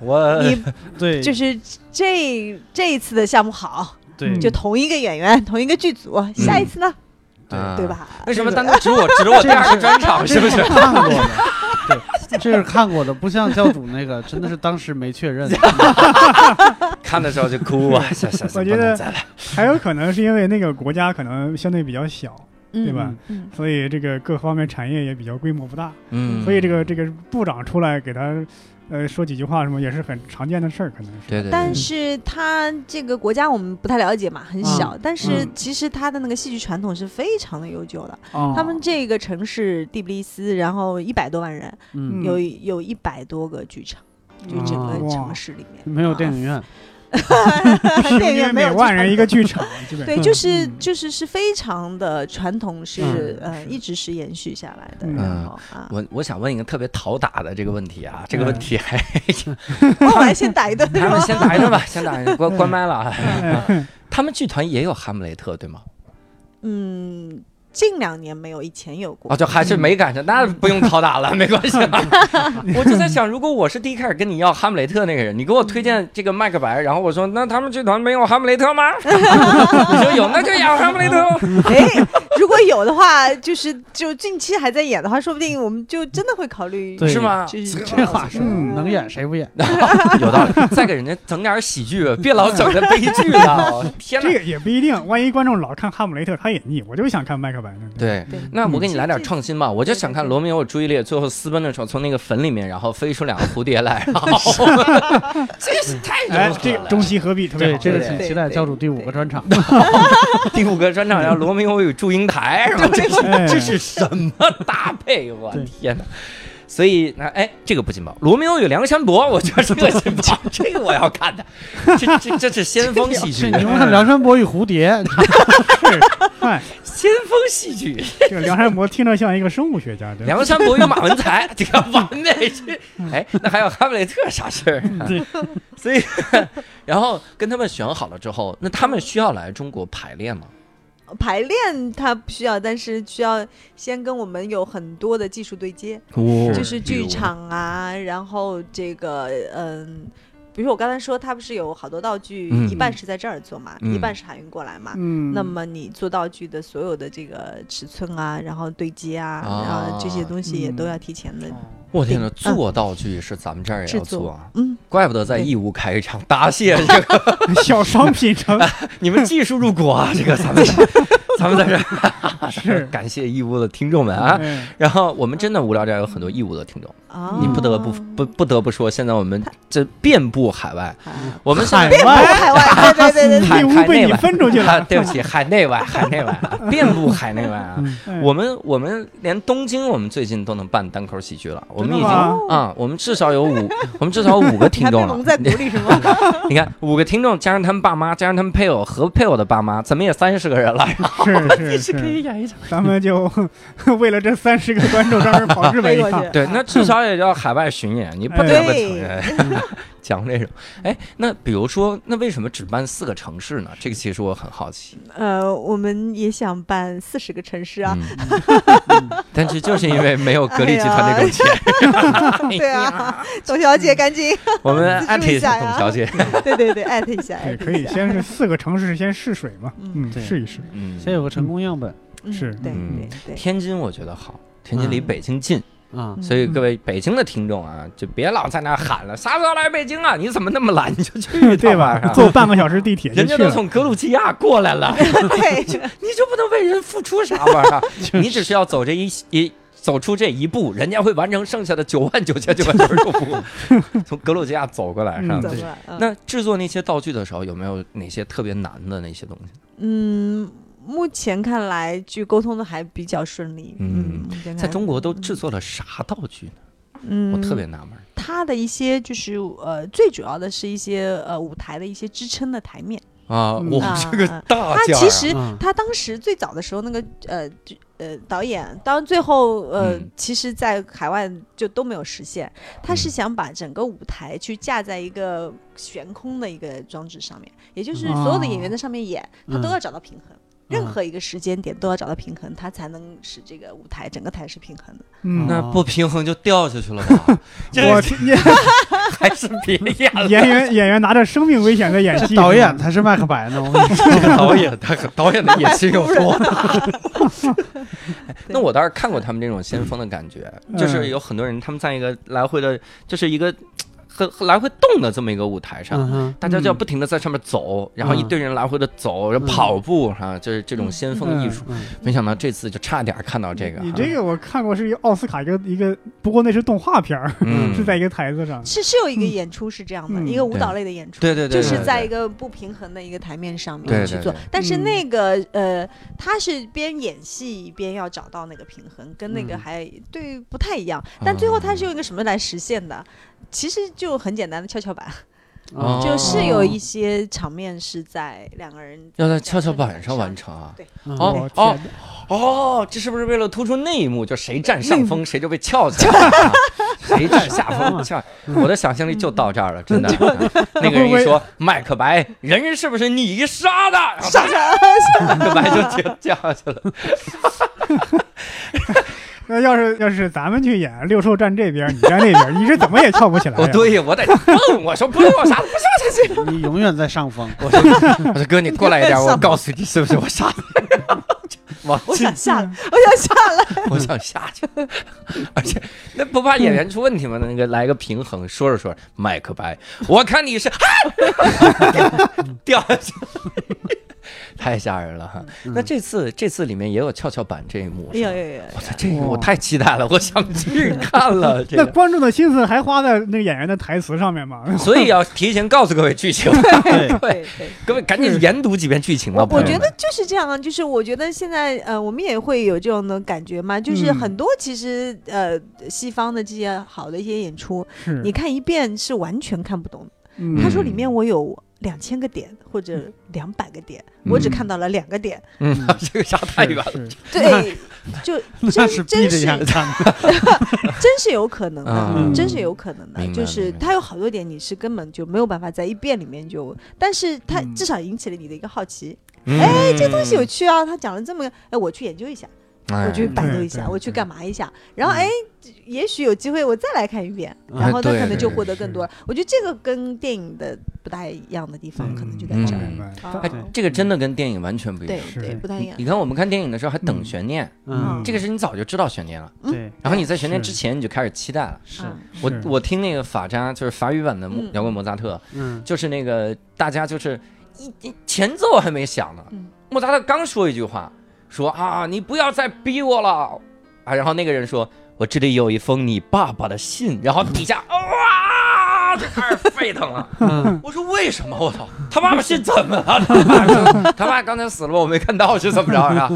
我你对，就是嗯这这一次的项目好，对，嗯就同一个演员、同一个剧组，下一次呢，啊对吧？为什么单独指我指着我第二个专场是不是？看过的？对，这是看过的，不像教主那个，真的是当时没确认。看的时候就哭啊！行行行，我觉不能得再来。还有可能是因为那个国家可能相对比较小，嗯对吧？嗯，所以这个各方面产业也比较规模不大，嗯，所以这个这个部长出来给他呃说几句话什么也是很常见的事儿，可能是。对对，但对是它这个国家我们不太了解嘛，很小，但是嗯其实它的那个戏剧传统是非常的悠久的。他哦他们这个城市第比利斯，然后一百多万人，嗯，有有一百多个剧场，就整个哦哇城市里 面 没有电影院，啊电影因为院没有每剧万场人一个剧场，基 本对，上就是嗯就是是非常的传统，是嗯呃是一直是延续下来的。嗯然后啊，我我想问一个特别讨打的这个问题啊，这个问题还哦我来先打一顿是咱们吗？先打一顿吧，先打一顿，关关麦了啊。哎他们剧团也有《哈姆雷特》对吗？嗯，近两年没有，以前有过啊，。就还是没赶上，那不用拷打 了，没关系啊。我就在想，如果我是第一开始跟你要《哈姆雷特》那个人，你给我推荐这个麦克白，然后我说那他们剧团没有《哈姆雷特》 吗？你说有，那就演《哈姆雷特》吧。哎，如果有的话，就是就近期还在演的话，说不定我们就真的会考虑。对是吗？就是这话说嗯能演谁不演？有道理，再给人家整点喜剧，别老整那悲剧 了。哦天这哪！个也不一定，万一观众老看哈姆雷特，他也腻。我就想看麦克白呢。对，嗯对那我给你这来点这创新吧，我就想看罗密欧与朱丽叶最后私奔的时候，从那个坟里面，然后飞出两个蝴蝶来，然后 这是太哎融，合这了。中西合璧特别对，好。这个请对期待对教主第五对个专场。第五个专场叫《罗密欧与祝英台》，是吧？这哎是这是什么搭配？我对天哪！所以那哎，这个不劲爆，《罗密欧与梁山伯》，我觉得这个劲爆，这个我要看的，这这这是先锋戏是剧你，们看《梁山伯与蝴蝶》， 哎，先锋戏剧，这个梁山伯听着像一个生物学家， 《对吧？梁山伯与马文才》，这个完美这哎，那还有《哈姆雷特》啥事儿、啊？所以，然后跟他们选好了之后，那他们需要来中国排练吗？排练它不需要，但是需要先跟我们有很多的技术对接，哦就是剧，场啊，然后这个嗯。比如说我刚才说，它不是有好多道具，嗯一半是在这儿做嘛，嗯一半是海运过来嘛。嗯，那么你做道具的所有的这个尺寸啊，然后对接啊，啊然后这些东西也嗯都要提前的，我天哪，顶嗯做道具是咱们这儿也制要作做啊？嗯，怪不得在对义乌开一场答谢这 个，小商 品城你们技术入股啊，这个咱 们咱们在这儿是 感谢义乌的听众们啊。哎然后我们真的无聊斋有很多义乌的听众，啊，哦你不得不不不得不说，现在我们这遍布海外，啊我们现海在外海外， 对对对对对，海义乌海被内你外分出去啊了。嗯对不起，海内外海内外 啊，遍布海内外啊。哎我们我们连东京，我们最近都能办单口喜剧了，我们已真经的吗啊，我们至少有五，我们至少有五个听还被众啊了蒙。在鼓里是 吗？你看，五个听众加上他们爸妈，加上他们配偶和配偶的爸妈，怎么也三十个人了。 是是是，演一场。咱们就 为了这三十个观众专门跑日本一飞过趟去。对，那至少也叫海外巡演，你不得不承认。讲这种，哎，那比如说，那为什么只办四个城市呢？这个其实我很好奇。 呃，我们也想办四十个城市啊，嗯，但是就是因为没有格力集团那种钱。嗯对啊， 董小姐赶紧， 我们艾特一下董小姐。对对对，艾特一下，艾对，特可一哎以下，啊先是四个城市先试水嘛，嗯嗯，对试一试。嗯，先有个成功样本嗯是对嗯对对，天津，我觉得好。天津离嗯北京近，啊。嗯所以各位北京的听众啊，就别老在那喊了，啥时候来北京啊？你怎么那么懒？你就去一趟 对吧是？吧坐半个小时地铁就人家去都了。从格鲁吉亚过来了， 嗯对， 你就不能为人付出啥玩意儿啊？你只需要走这一一走出这一步，人家会完成剩下的九万九千九百九十九步， 从格鲁吉亚走过来是吧嗯？怎对么了？那制作那些道具的时候，有没有哪些特别难的那些东西？嗯，目前看来，据沟通的还比较顺利，嗯嗯，目前看来在中国都制作了啥道具呢？嗯，我特别纳闷儿。它的一些就是呃，最主要的是一些呃舞台的一些支撑的台面，啊，嗯我啊这个啊大他件儿其啊实嗯他当时最早的时候，那个呃就呃导演，当然最后呃，嗯其实，在海外就都没有实现。他是嗯想把整个舞台去架在一个悬空的一个装置上面，也就是哦所有的演员在上面演，他都嗯要找到平衡。任何一个时间点都要找到平衡，他才能使这个舞台整个台是平衡的。嗯，那不平衡就掉下去了吧？ 这我个还是别演了。演员演员拿着生命危险在演 戏，导演才是麦克白呢，我跟你说， 导演他导演的野心有多大？ 那我倒是看过他们这种先锋的感觉，嗯就是有很多人他们在一个来回的，就是一个很很来回动的这么一个舞台上。嗯哼大家就要不停的在上面走，然后一堆人来回的走，然后嗯跑步哈、就是这种先锋嗯艺术。嗯没想到这次就差点看到这个哈，你这个我看过，是一个奥斯卡一个一个，不过那是动画片儿，嗯 是在一个台子上。是是有一个演出是这样的，嗯一个舞对蹈类的演出，对对对，就是对在一个不平衡的一个台面上对面去对做对。但是嗯那个呃，他是边演戏边要找到那个平衡，跟那个嗯还对不太一样。但最后他哦是用一个什么来实现的？其实就很简单的跷跷板，嗯哦 就是有一些场面是在两个人要在跷跷板上完成啊。嗯哦对哦哦，这是不是为了突出那一幕，就谁占上风谁就被翘起来 了啊，谁占下风翘？我的想象力就到这儿了，真的。 那个人一说麦克白，人人是不是你杀的？杀的，麦克白就就掉下去了。那要是要是咱们去演六兽站这边，你站那边，你是怎么也跳不起来哦，呀？对呀， 我得蹦，我说不用我杀的，不杀下去。你永远在上风，我说 我说哥，你过来一点，我告诉你是不是我杀的。 王我进想下，我想下了。 我想嗯下去，而且那不怕演员出问题吗？那个来个平衡，说着说着，麦克白，我看你是、啊、 掉下去了， 太吓人了哈！嗯那这次这次里面也有跷跷板这一幕，是吧有有有，我操，这个我太期待了，我想去看了这那个。观众的心思还花在那个演员的台词上面吗？所以要提前告诉各位剧情，对， 对，对对。各位赶紧研读几遍剧情吧。我朋我友觉们得就是这样啊，就是我觉得现在呃，我们也会有这种的感觉嘛，就是嗯很多其实呃，西方的这些好的一些演出， 是你，看一遍是完全看不懂的。嗯他说里面我有两千个点或者两百个点，我只嗯看到了两个点，嗯，这个差 太远了。是是对，就 那真是闭真着是眼看的，真是有可能的，嗯真是有可能的明，白就是明白它有好多点你是根本就没有办法在一遍里面就，但是它嗯至少引起了你的一个好奇，哎，这东西有趣啊，他讲了这么个，哎，我去研究一下。哎我去百度一对下，对我去对干嘛一下，然后嗯哎，也许有机会我再来看一遍，哎然后他对可能就对获得更是多了。我觉得这个跟电影的不太一样的地方，可能就在嗯这儿。明白啊哎，这个真的跟电影完全不一样对。是对，不太一样。你看我们看电影的时候还等悬念， 嗯，这个是你早就知道悬念了，对，然后你在悬念之前你就开始期待了。是，嗯我是我听那个法扎就是法语版的莫嗯摇滚莫扎特，嗯，就是那个大家就是一一前奏还没响呢嗯，莫扎特刚说一句话，说啊你不要再逼我了啊，然后那个人说我这里有一封你爸爸的信，然后底下哇就开始沸腾了。 嗯我说为什么？我操，他爸爸是怎么了？他爸他爸刚才死了吗？我没看到是怎么着啊？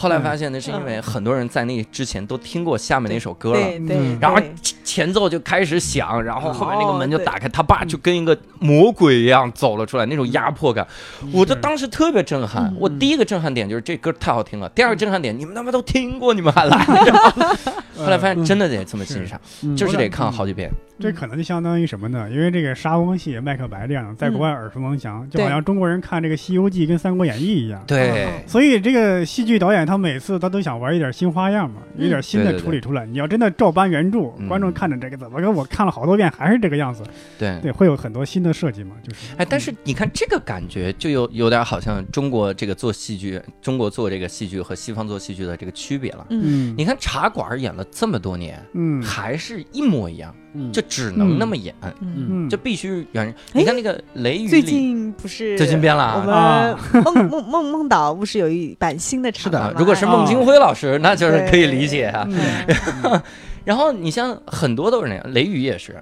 后来发现那是因为很多人在那之前都听过下面那首歌了。对对嗯，然后对前前奏就开始响，然后后面那个门就哦对打开，他爸就跟一个魔鬼一样走了出来，那种压迫感，嗯嗯我这当时特别震撼。我第一个震撼点就是这歌太好听了，第二个震撼点你们他妈都听过，你们还 来？ 嗯后来发嗯现真的得这么欣赏，嗯就是得看好几遍。这可能就相当于什么呢？因为这个莎翁戏、麦克白这样，在国嗯外耳熟能详，就好像中国人看这个《西游记》跟《三国演义》一样。嗯对，所以这个戏剧导演他每次他都想玩一点新花样嘛，有一点新对的对对处理出来。你要真的照搬原著，嗯观众看着这个怎么跟我看了好多遍还是这个样子，对，对，会有很多新的设计嘛，就是。哎，但是嗯你看这个感觉，就有有点好像中国这个做戏剧，中国做这个戏剧和西方做戏剧的这个区别了。嗯，嗯你看茶馆演了这么多年，嗯还是一模一样，嗯就只能那么演，嗯哎嗯，就必须原。你看那个《雷雨》最里，近不是最近变了我啊。们梦梦梦梦岛不是有一版新的是场的啊吗如果是哎孟京辉老师，那就是可以理解啊。嗯嗯然后你像很多都是那样，雷雨也是。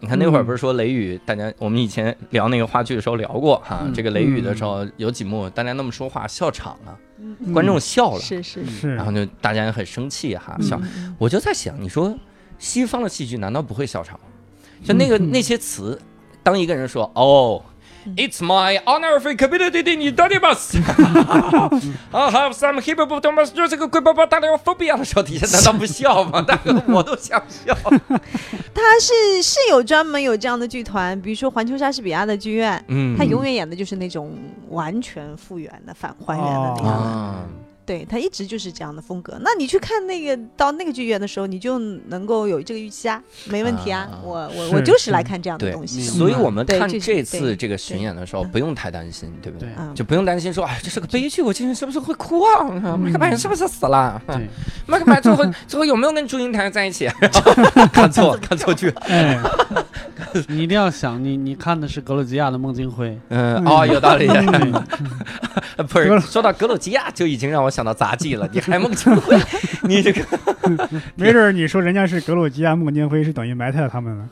你看那会儿嗯不是说雷雨，大家我们以前聊那个话剧的时候聊过哈、嗯这个雷雨的时候有几幕大家那么说话笑场了， 嗯观众笑了，是是是是然后就大家也很生气哈、笑。嗯我就在想，你说西嗯方的戏剧难道不会笑场吗？就那个、那些词，当一个人说“哦， It's my honor for community in Idanimas. I have some hippopotamus，musical q u i p p o p o t a m phobia 的时候，底下难道不笑吗？ 大哥，我都 想笑。他是是有专门有这样的剧团，比如说环球莎士比亚的剧院，嗯他永远演的就是那种完全复原的、反还原的那样的。啊，对他一直就是这样的风格。那你去看那个到那个剧院的时候，你就能够有这个预期啊，没问题啊。啊我我是我就是是来看这样的对东，西的。所以我们嗯对看这是这次对嗯这个巡演的时候，对不用太担心，对不对？对嗯，就不用担心说，哎，这是个悲剧，我今天是不是会哭啊？麦克白人是不是死了？对，麦克白最后最后有没有跟祝英台在一起？啊然后 看错看错剧，哎， 你一定要想，你你看的是格鲁吉亚的孟京 辉，嗯，哦，有道理。嗯 不格是鲁说到格鲁吉亚就已经让我想到杂技了，你还梦清会， 你 这个，没准儿你说人家是格鲁吉亚、孟京辉，是等于埋汰他们了。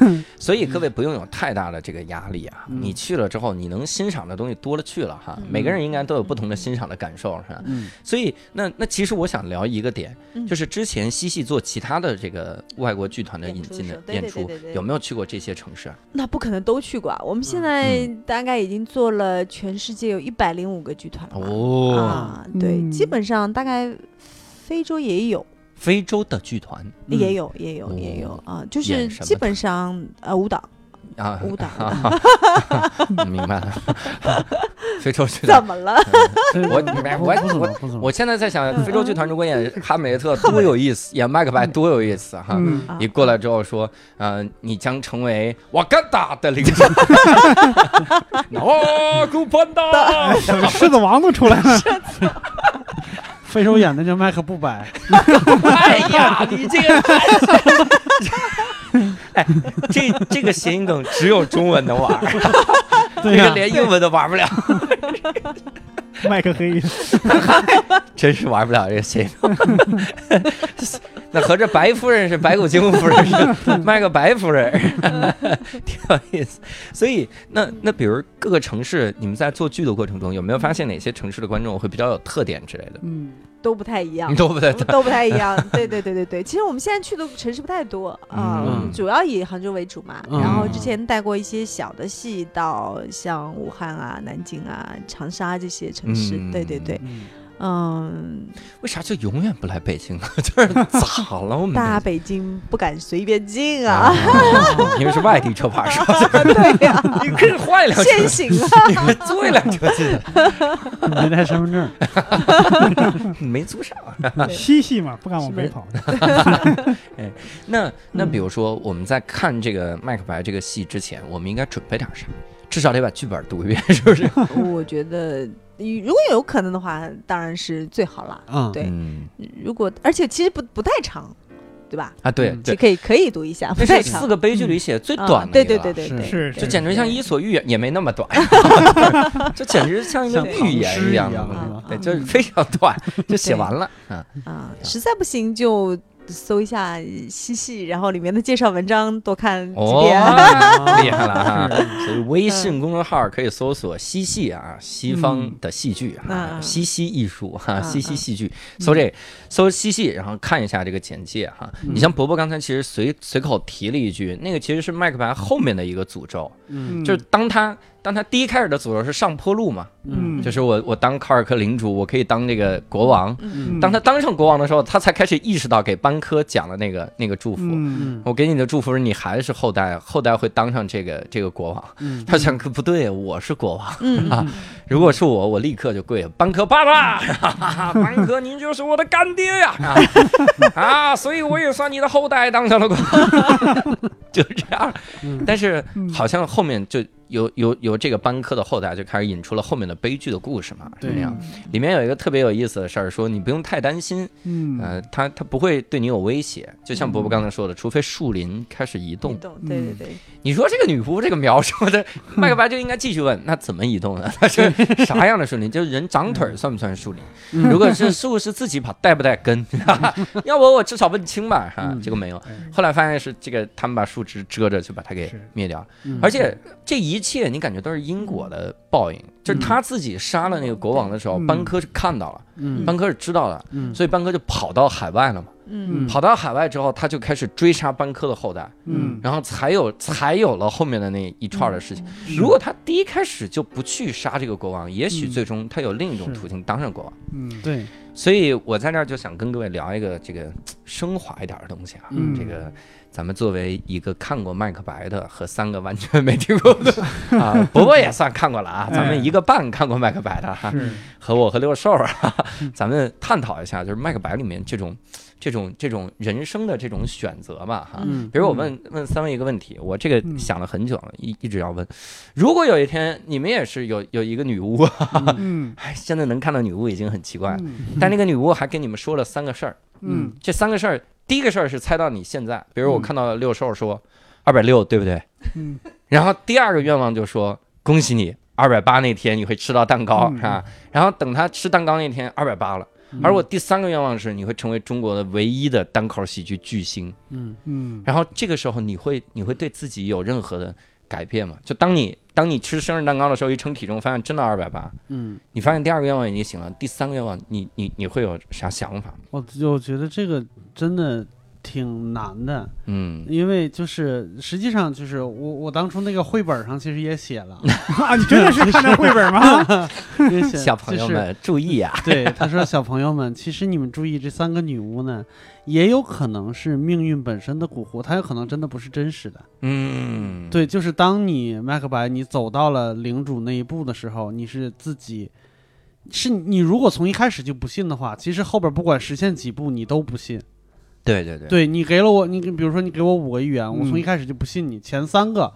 嗯所以各位不用有太大的这个压力啊。嗯你去了之后，你能欣赏的东西多了去了哈嗯，每个人应该都有不同的欣赏的感受是吧？ 嗯，所以那那其实我想聊一个点，嗯就是之前西戏做其他的这个外国剧团的引进的演演出的时候对对出对对，对有没有去过这些城市啊？那不可能都去过啊。我们嗯现在大概已经做了全世界有一百零五个剧团了。哦，啊，对，嗯基本上大概非洲也有，非洲的剧团也有，也有，也有嗯哦啊，就演是什么基本上呃舞蹈， 啊， 舞蹈啊，明白了， 非洲剧团怎。么了？嗯这我不我不怎么我不怎么，我现在在想，非洲剧团如果演哈姆雷特多有意思，演麦克白多有意思哈！嗯，啊你过来之后说，呃，你将成为瓦干达的领袖。哦，古潘 达，哎狮子王都出 来了，非洲演的这麦克不摆， 哎呀，你这个太……哎，这这个谐音梗只有中文能玩，这对呀个、连英文都玩不了，麦克黑。真是玩不了这个谐音梗。 那合着白夫人是白骨精夫人是卖个白夫人， 挺有意思。所以那那比如各个城市，你们在做剧的过程中，有没有发现哪些城市的观众会比较有特点之类的？嗯，都不太一样 你。都不对，都不太一样，对对对对对。其实我们现在去的城市不太多啊，嗯我们主要以杭州为主嘛。嗯然后之前带过一些小的戏到像武汉啊、南京啊、长沙这些城市，嗯对对对，嗯嗯，为啥就永远不来北京啊？ 就是咋了？我们大这北京不敢随便进啊，因为是外地车牌是吧？ 对呀、 你可以 换一辆车，限行啊。你们租一辆车进来，没带身份证，没租上。啊啊 嬉戏嘛，不敢往北跑。那那嗯比如说，我们在看这个《麦克白》这个戏之前，我们应该准备点啥？至少得把剧本读一遍，是不是？我觉得如果有可能的话，当然是最好啦。嗯，对 嗯如果而且其实不不太长，对吧？啊，对嗯对就，可以可以读一下，不那太是长四。个悲剧里写最啊短的、对对对，对是对，是对这简直像《伊索寓言》，也没那么 短， 这简直像一个像寓言一样样的啊东啊？嗯西是吧对，就是非常短，就写完了啊。啊，实在不行就搜一下西戏，然后里面的介绍文章多看嗯几哦遍。， 厉害了哈！所以微信公众号可以搜索“西戏”啊，西方的戏剧啊，嗯西西艺术哈、嗯西西戏剧，搜这搜西戏，然后看一下这个简介哈、嗯你像伯伯刚才其实随随口提了一句，那个其实是麦克白后面的一个诅咒，嗯就是当他当他第一开始的诅咒是上坡路嘛，嗯嗯就是我我当卡尔克领主，我可以当这个国王。嗯当他当上国王的时候，他才开始意识到给班科讲的那个那个祝福。嗯，嗯我给你的祝福是你还是后代，后代会当上这个这个国王。嗯他想，可不对，我是国王。嗯，啊如果是我，我立刻就跪。班克爸爸，哈哈哈班克，您就是我的干爹 呀！啊啊，所以我也算你的后代，当上了国王，就这样。嗯但是嗯好像后面就由由由这个班克的后代就开始引出了后面的悲剧的故事嘛，是对那样。里面有一个特别有意思的事儿，说你不用太担心，嗯，呃，他他不会对你有威胁，就像伯伯刚才说的，除非树林开始移动你。嗯懂，对对对，你说这个女仆这个描述的，麦克白就应该继续问，那怎么移动呢？他是啥样的树林？就是人长腿儿算不算树林？如果是树是自己跑， 带不带根？要不我至少问清吧，哈、嗯结果没有哎。后来发现是这个，他们把树树枝遮着就把它给是灭掉。嗯而且这一切你感觉都是因果的报应，就是他自己杀了那个国王的时候，嗯班科是看到了，嗯班科是知道了，嗯所以班科就跑到海外了嘛。嗯嗯跑到海外之后，他就开始追杀班科的后代，嗯然后才有才有了后面的那一串的事情。如果他第一开始就不去杀这个国王，也许嗯最终他有另一种是途径当上国王。嗯对，所以我在这儿就想跟各位聊一个这个升华一点的东西啊，嗯这个咱们作为一个看过《麦克白》的和三个完全没听过的 啊，伯伯也算看过了啊，咱们一个半看过《麦克白》的啊哈、 是和我和六兽啊，嗯咱们探讨一下，就是《麦克白》里面这种这种这种人生的这种选择吧哈。嗯比如我问问三位一个问题，我这嗯个想了很久了，一一直要问。如果有一天你们也是有有一个女巫， 嗯哎，现在能看到女巫已经很奇怪了。 嗯但那个女巫还跟你们说了三个事儿，嗯这三个事儿，第一个事儿是猜到你现在，比如我嗯看到六兽说二百六，对不对？嗯然后第二个愿望就说恭喜你，二百八那天你会吃到蛋糕，嗯是吧？然后等他吃蛋糕那天二百八了，而我第三个愿望是你会成为中国的唯一的单口喜剧巨星。嗯 嗯然后这个时候你会你会对自己有任何的改变吗？就当你当你吃生日蛋糕的时候，一称体重发现真的二百八，嗯，你发现第二个愿望已经行了，第三个愿望你你你会有啥想法？我就觉得这个真的挺难的，嗯，因为就是实际上就是我我当初那个绘本上其实也写了，啊，你真的是看那绘本吗？也 写小朋友。就是们注意啊！对，他说：“小朋友们，其实你们注意，这三个女巫呢，也有可能是命运本身的蛊惑，它有可能真的不是真实的。嗯，对，就是当你麦克白你走到了领主那一步的时候，你是自己，是你如果从一开始就不信的话，其实后边不管实现几步你都不信。对对对对你给了我，你比如说你给我五个预言，我从嗯一开始就不信你，前三个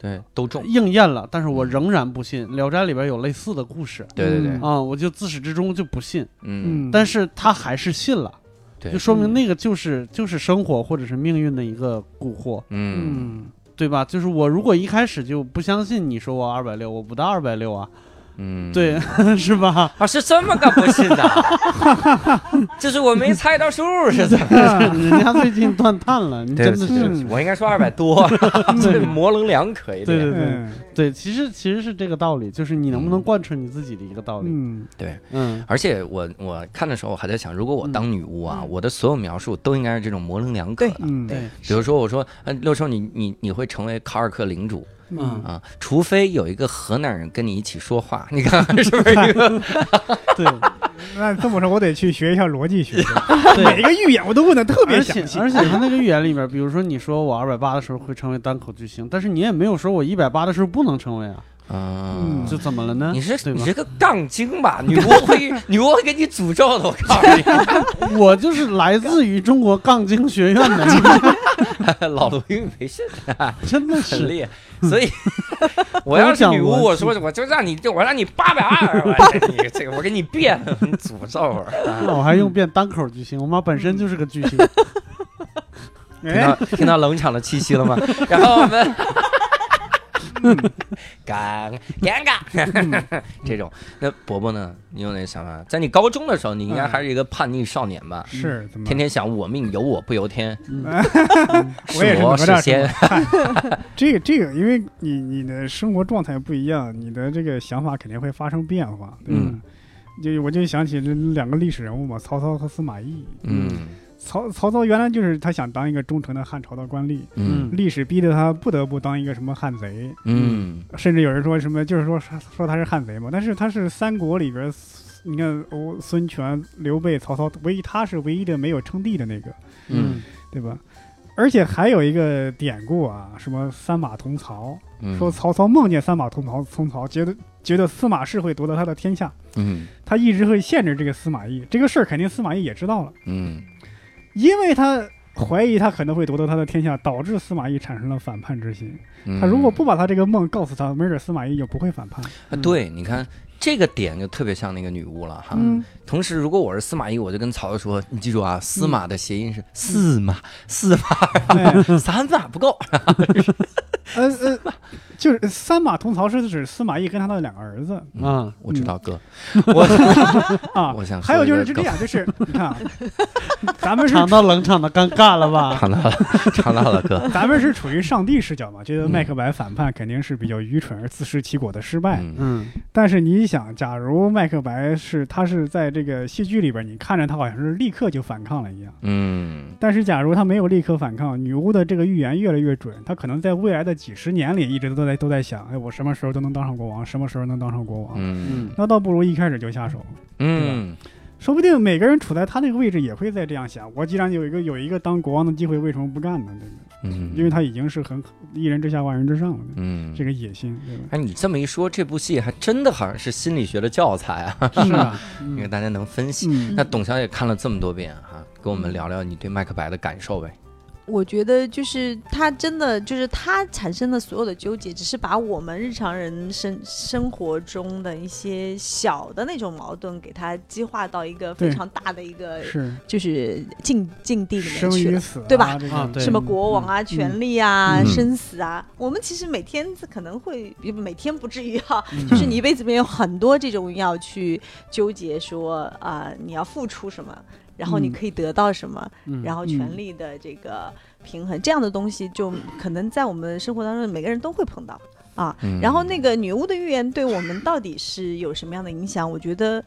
对都中，应验了，但是我仍然不信。聊斋里边有类似的故事对对对，嗯啊、我就自始至终就不信，嗯，但是是他还是信了。对就说明嗯那个就是就是生活或者是命运的一个蛊惑，嗯嗯对吧？就是我如果一开始就不相信你说我二百六，我不到二百六啊，嗯，对， 是吧？ 啊，是这么个不信的， 就是我没猜到数是怎么？嗯啊人家最近断碳了，你对真不的起，是对不起，我应该说二百 多，这 模棱两可一点。嗯对嗯对，其实其实是这个道理，就是你能不能贯彻你自己的一个道理，嗯嗯而且我我看的时候，我还在想，如果我当女巫啊，嗯我的所有描述都应该是这种模棱两可的。嗯对比如说，我说，嗯，六兽，你你你会成为卡尔克领主嗯啊，除非有一个河南人跟你一起说话，你看看是不是一个？对那这么说，我得去学一下逻辑学，每对。个预演我都问的特别而详且细。而且他那个预言里面，比如说你说我二百八的时候会成为单口巨星，但是你也没有说我一百八的时候不能成为啊，嗯嗯就怎么了呢？啊你是对吧你是个杠精吧？女巫会女巫会给你诅咒的，我告诉 我就是来自于中国杠精学院的， 你，老卢因为没事真的很是。厉嗯害， 所以我要是女巫，跟我我讲说我就让你就我让你八百二，我让你这个我给你变你诅咒我。那我还用变单口巨星，我妈本身就是个巨星。听哎到，听到冷场的气息了吗？然后我 们尴尴尬这种，那伯伯呢？你有哪个想法？在你高中的时候，你嗯应该还是一个叛逆少年吧？是怎么天？天想我命由我不由天，嗯我也是是哪我吒是是仙。这个这个，因为你你的生活状态不一样，你的这个想法肯定会发生变化，对嗯吧？就我就想起这两个历史人物嘛，曹操和司马懿。嗯曹曹操原来就是他想当一个忠诚的汉朝的官吏，嗯历史逼得他不得不当一个什么汉贼，嗯甚至有人说什么就是说说他是汉贼嘛，但是他是三国里边，你看欧孙权、刘备、曹操，唯一他是唯一的没有称帝的那个，嗯对吧？而且还有一个典故啊，什么三马同槽，嗯，说曹操梦见三马同槽，同槽觉得觉得司马氏会夺得他的天下，嗯他一直会限制这个司马懿，这个事儿肯定司马懿也知道了，嗯因为他怀疑他可能会夺得他的天下，导致司马懿产生了反叛之心。嗯，他如果不把他这个梦告诉他，没准司马懿就不会反叛。啊，对，你看这个点就特别像那个女巫了哈。嗯同时，如果我是司马懿，我就跟曹操说：“你记住啊，司马的谐音是司马，司马哎， 三马不够。呃呃，就是三马同槽是指司马懿跟他的两个儿子嗯啊，我知道 哥，我啊。我想说还有就是一个就这样，就是你 看啊，咱们是尝到冷场的尴尬了吧？ 尝到了，尝到了 哥， 咱们是处于上帝视角嘛，觉得嗯麦克白反叛肯定是比较愚蠢而自食其果的失败。嗯嗯但是你想，假如麦克白是他是在这个戏剧里边，你看着他好像是立刻就反抗了一样。嗯但是假如他没有立刻反抗，女巫的这个预言越来越准，他可能在未来的几十年里一直都在都在想，哎，我什么时候都能当上国王，什么时候能当上国王？嗯嗯那倒不如一开始就下手，嗯说不定每个人处在他那个位置也会在这样想：我既然有一个有一个当国王的机会，为什么不干呢？对不对？嗯，因为他已经是很一人之下万人之上了，对吧嗯这个 野心，对吧？哎，你这么一说，这部戏还真的好像是心理学的教材啊，是啊，你看嗯大家能分析。嗯那董小姐看了这么多遍哈、跟我们聊聊你对麦克白的感受呗。我觉得就是他真的就是他产生的所有的纠结，只是把我们日常人生生活中的一些小的那种矛盾给他激化到一个非对常大的一个嗯是就是境境地里面生去与了。死啊，对吧这个啊对什么国王啊、嗯权力啊、嗯生死啊，我们其实每天可能会，也不每天不至于啊哈、就是嗯你一辈子里面有很多这种要去纠结说，啊、你要付出什么，然后你嗯可以得到什么，嗯然后嗯权力的这个平衡，这样的东西就可能在我们生活当中每个人都会碰到啊。嗯然后那个女巫的预言对我们到底是有什么样的影响？我觉得。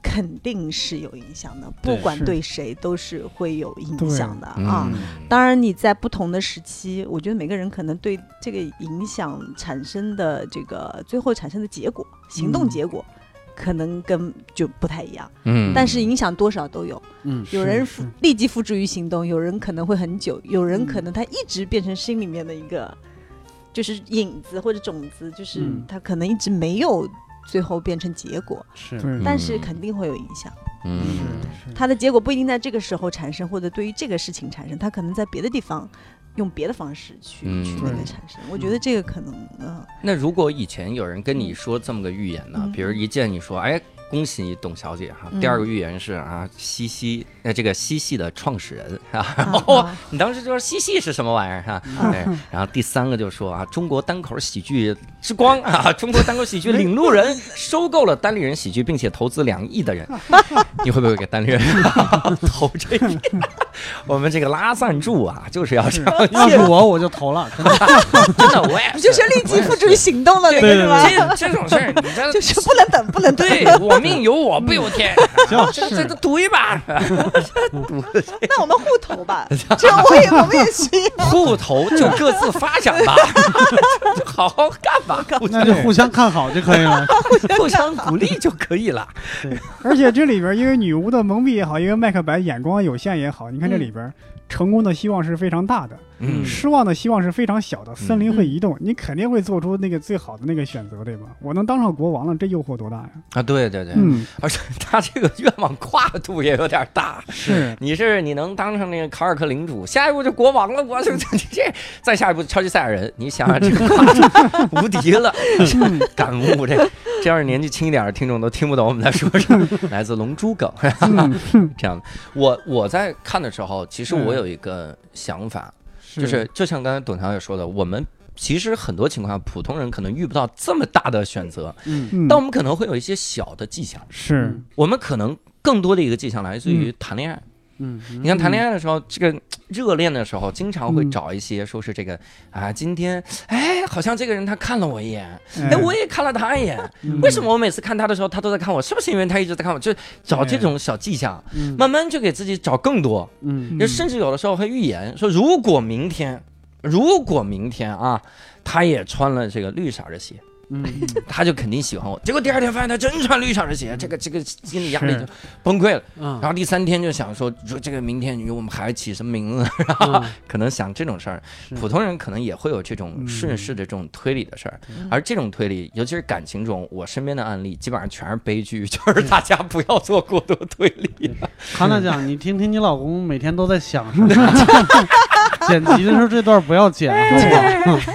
肯定是有影响的，不对管是对谁都是会有影对响的嗯啊。当然，你在不同的时期，我觉得每个人可能对这个影响产生的这个最后产生的结果、行动结果，可能跟就不太一样。嗯，但是影响多少都有，嗯有人是付立即付诸于行动，有人可能会很久，有人嗯可能他一直变成心里面的一个就是影子或者种子，就是嗯他可能一直没有最后变成结果，是嗯对，但是肯定会有影响。嗯是是它的结果不一定在这个时候产生，或者对于这个事情产生，它可能在别的地方用别的方式去、嗯去那个对产生。我觉得这个可能，嗯、那如果以前有人跟你说这么个预言呢，嗯比如一见你说，哎，恭喜你董小姐哈。嗯第二个预言是啊，西西，呃，这个西戏的创始人 啊，啊哦啊，你当时就说西戏是什么玩意儿哈、嗯对，然后第三个就说啊，中国单口喜剧之光啊， 中国单口喜剧领路人，收购了单立人喜剧，并且投资两亿 的人，你会不会给单立人 投这一笔？ 我们这个拉赞助啊，就是要这样，要是我我就投了，真的 真的，我也你嗯 就是立即付诸于行动了，那个对是对吧？这这种事儿，你这就是不能等，不能等。对我命由我不由天，这这是这赌一把，那我们互投吧， 这我也我们也需要。户头就各自发展吧， 就好好干吧，那就互相看好就可以了。互相 鼓励就可以了。而且这里边因为女巫的蒙蔽也好，因为麦克白眼光有限也好，你看这里边、成功的希望是非常大的，嗯失望的希望是非常小的。森林会移动，你肯定会做出那个最好的那个选择，对吧？我能当上国王了，这诱惑多大呀？啊，对对对，嗯，而且他这个愿望跨度也有点大。是你是你能当上那个卡尔克领主，下一步就国王了，我就 这这再下一步超级赛亚人，你想想这个跨度 无敌了，感悟这这要是年纪轻一点的听众都听不懂我们在说什么， 来自《龙珠》梗， 这样的。我我在看的时候，其实我有一个想法，是就是就像刚才董小姐说的，我们其实很多情况下普通人可能遇不到这么大的选择，嗯嗯但我们可能会有一些小的迹象。是我们可能更多的一个迹象来自于谈恋爱。嗯，嗯你看谈恋爱的时候，这个热恋的时候，经常会找一些说是这个啊，今天哎，好像这个人他看了我一眼，哎，嗯我也看了他一眼，嗯为什么我每次看他的时候，他都在看我？是不是因为他一直在看我？就找这种小迹象，嗯慢慢就给自己找更多，嗯就甚至有的时候会预言说，如果明天，如果明天啊，他也穿了这个绿色的鞋，嗯他就肯定喜欢我。结果第二天发现他真穿绿色的鞋，这个这个心理压力是就崩溃了。嗯然后第三天就想说，说这个明天我们孩子起什么名字？啊，可能想这种事儿，是普通人可能也会有这种顺势的这种推理的事儿。嗯而这种推理，尤其是感情中，我身边的案例基本上全是悲剧，就是 大家不要做过多推理。韩大讲，你听听你老公每天都在想什么？剪辑的时候这段不要剪，哎好不好？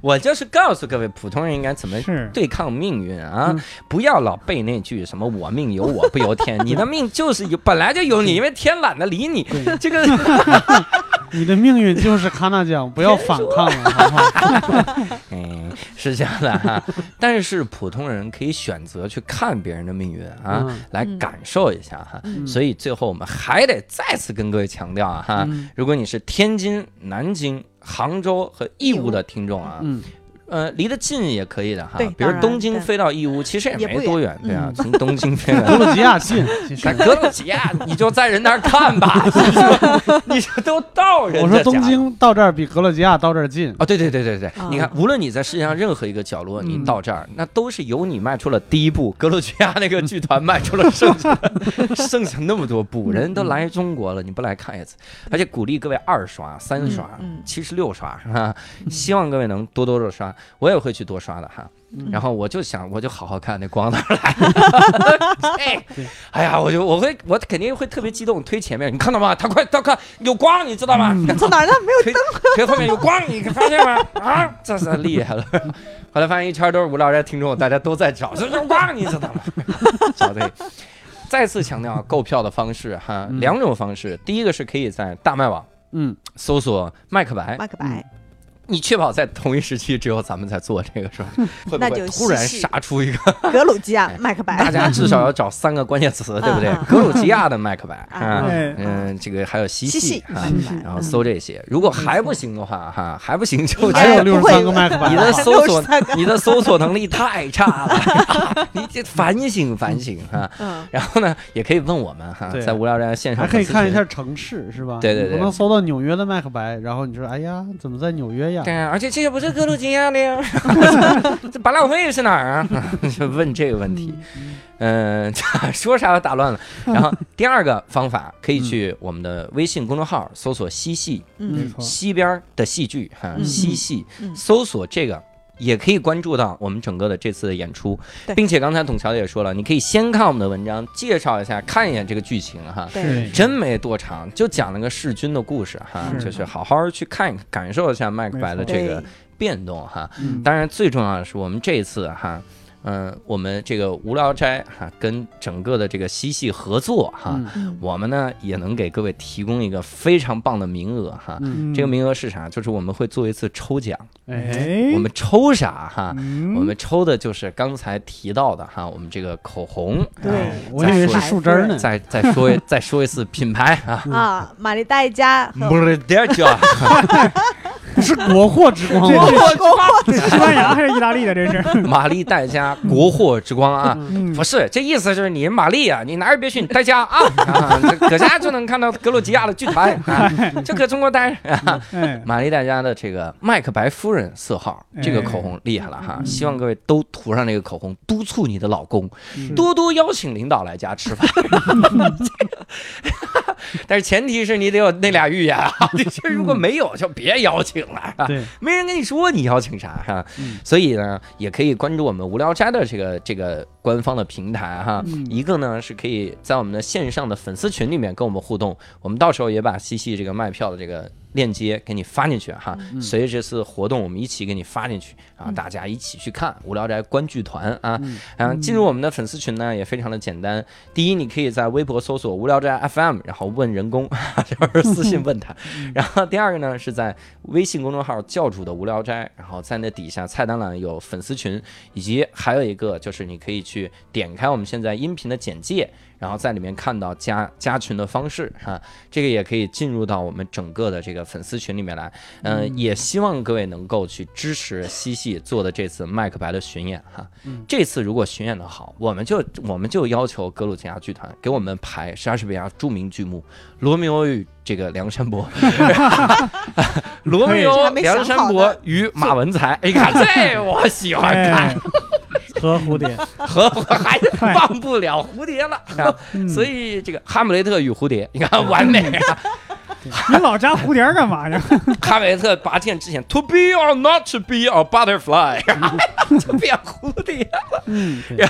我就是告诉各位普通人应该 怎么是对抗命运啊嗯！不要老背那句什么“我命由我不 由天”，你的命就是有，本来就有你，因为天懒得理你。这个你的命运就是卡纳酱，不要反抗了，好不好？嗯，是这样的哈、但是普通人可以选择去看别人的命运啊，嗯来嗯感受一下哈、嗯所以最后我们还得再次跟各位强调啊哈、嗯如果你是天津、南京、杭州和义乌的听众啊，嗯，呃，离得近也可以的哈对，比如当然东京对飞到义乌，其实也也不嗯没多远，对啊，从东京飞格来。 鲁吉亚近，其实在格鲁吉亚，啊你就在人那儿看 吧，是不是？你这都到人我家说东家了京到这儿比格鲁吉亚到这儿近，啊，对对对对对，你看啊，无论你在世界上任何一个角落，你嗯到这儿，那都是由你迈出了第一步。格鲁吉亚那个剧团迈出了剩下 剩下那么多步，人都嗯来中国了，你不来看一次？而且鼓励各位二刷、三刷嗯嗯、七十六刷，是吧？ 希望各位能多多的刷，我也会去多刷的哈。嗯然后我就想，我就好好看那光哪儿 来？哎，哎呀，我就我会我肯定会特别激动，推前面，你看到吗？他快他快有光，你知道 吗？你看 从哪儿呢？ 没有推推后面有光，你发现吗？啊，这是厉害了。后来发现一圈都是无聊斋听众，大家都在找，这 有光，你知道吗？ 找对。再次强调购票的方式哈，嗯两种方式，第一个是可以在大麦网嗯，搜索麦克白，麦克白，你确保在同一时期只有咱们在做这 个是吧？会不那就会突然细细杀出一个？格鲁吉亚哎麦克大白，家至少要找三个关 键词，对不对嗯嗯？格鲁吉亚的麦克白啊，哎嗯，这个还有西西西西啊麦，克然白后嗯搜这些，如果还不行的话，哈，还不行就还有不六会，十三个麦克你白，的搜 索个 你的搜索能力太差了， 你这反省反省哈。嗯，然后呢，也可以问我们哈，对在无聊斋线上还可以粉丝看一群下。城市是吧？对对你对不能搜到纽约的麦克白，然后你说哎呀，怎么在纽约呀对？啊，而且这也不是格鲁吉亚的呀， 这百老汇是哪儿啊？ 就问这个问题，嗯， 说啥都打乱了。然后第二个方法，可以去我们的微信公众号搜索“嬉戏没嗯错，西边儿的戏剧”哈，嗯嬉戏嗯搜索这个。也可以关注到我们整个的这次的演出，对并且刚才董小姐也说了，你可以先看我们的文章，介绍一下，看一眼这个剧情哈。对，真没多长，就讲了个弑君的故事嗯哈，是就是好好去看一看，感受一下麦克白的没错这个对变动哈。嗯当然，最重要的是我们这一次哈，嗯、我们这个无聊斋哈跟整个的这个嬉戏合作哈，嗯嗯我们呢也能给各位提供一个非常棒的名额哈。嗯，这个名额是啥？就是我们会做一次抽奖，哎，哎，我们抽啥哈？嗯我们抽的就是刚才提到的哈，我们这个口红。对我以为是再说树枝儿呢。再再 说一再说一次品牌啊，啊，玛丽黛佳嗯和不是点叫， 不是国货之光这吗？这 这 西班牙还是意大利的？这是，玛丽黛佳国货之光啊，嗯不是，这意思就是你玛丽啊，你哪儿也别去，你待家 啊，啊这搁家就能看到格鲁吉亚的剧团 啊，就搁中国待着。啊哎，玛丽黛家的这个麦克白夫人色号，这个口红厉害了哈！嗯希望各位都涂上这个口红，督促你的老公嗯多多邀请领导来家吃饭。 但是前提是你得有那俩预言 啊，你这如果没有就别邀请了，是吧？嗯对，没人跟你说你邀请啥哈、嗯所以呢，也可以关注我们无聊斋的这个这个官方的平台哈、嗯一个呢是可以在我们的线上的粉丝群里面跟我们互动，我们到时候也把西西这个卖票的这个链接给你发进去哈、嗯随着这次活动我们一起给你发进去啊，嗯大家一起去看无聊斋观剧团啊。嗯嗯，进入我们的粉丝群呢也非常的简单。第一，你可以在微博搜索“无聊斋 FM”，然后问人工， 就是私信问他。然后第二个呢是在微信公众号“教主的无聊斋”，然后在那底下菜单栏有粉丝群，以及还有一个就是你可以去点开我们现在音频的简介，然后在里面看到加加群的方式哈、这个也可以进入到我们整个的这个粉丝群里面来。嗯，也希望各位能够去支持西戏做的这次麦克白的巡演哈、这次如果巡演的好，我们就我们就要求格鲁吉亚剧团给我们排莎士比亚著名剧目《罗密欧与这个梁山伯》， 罗密欧、梁山伯与马文才。哎，看这我喜欢看哎，， 和蝴蝶，和我还是忘不了蝴蝶了。 啊嗯所以这个《哈姆雷特与蝴蝶》，你看完美啊！你老扎蝴蝶干嘛呀？ 哈姆雷特拔剑之前，To be or not to be a butterfly，就变蝴蝶。嗯，对然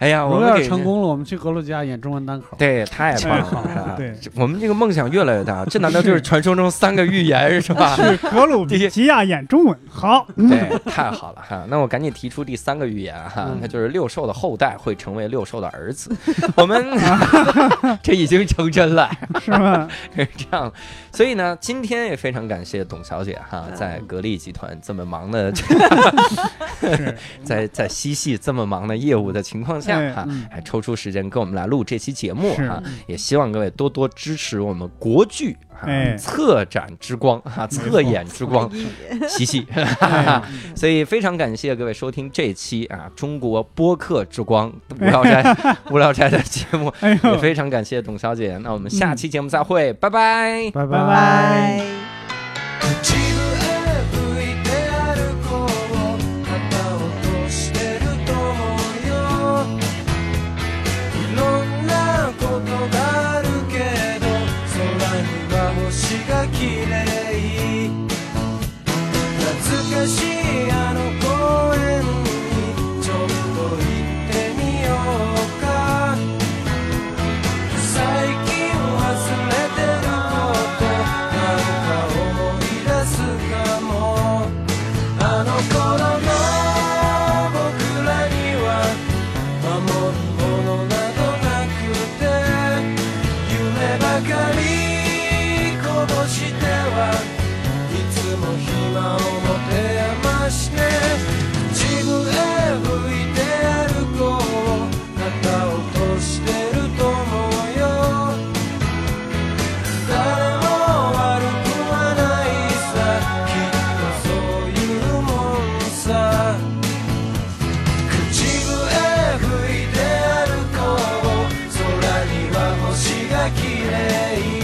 哎呀，我如果们要给是成，功了，我们去格鲁吉亚演中文单口。对，太棒太好了，了是吧对，这我们这个梦想越来越大，这难道就是是传说中三个预言是 吧？去格 鲁吉亚演中文，好，对，太好了哈！那我赶紧提出第三个预言哈嗯，那就是六兽的后代会成为六兽的儿子。我们 这已经成真了，是吗？ 是这样。所以呢，今天也非常感谢董小姐哈，嗯在格力集团这么忙的， 是，在在西系这么忙的业务的情况下哎哈嗯，还抽出时间跟我们来录这期节目是哈，也希望各位多多支持我们国剧哈哎策展之光哈，侧眼 之光，西系。哎 所以非常感谢各位收听这一期啊中国播客之光无聊斋无聊斋的节目，哎也呦，非常感谢董小姐。那我们下期节目再会，拜拜。拜拜拜拜。 「口笛吹いて歩こう」「肩を落としてると思うよ」「いろんなことがあるけど空には星が綺麗い」「懐かしいあの公園にちょっと行ってみようか」最近忘れてることなんか思い出すかもあの頃の僕らには守るものなどなくて夢ばかりこぼしてはいつも暇を持て余して自分へ向いて歩こう肩を落としてると思うよ誰も悪くはないさきっとそういうもんさ口笛吹いて歩こう空には星が綺麗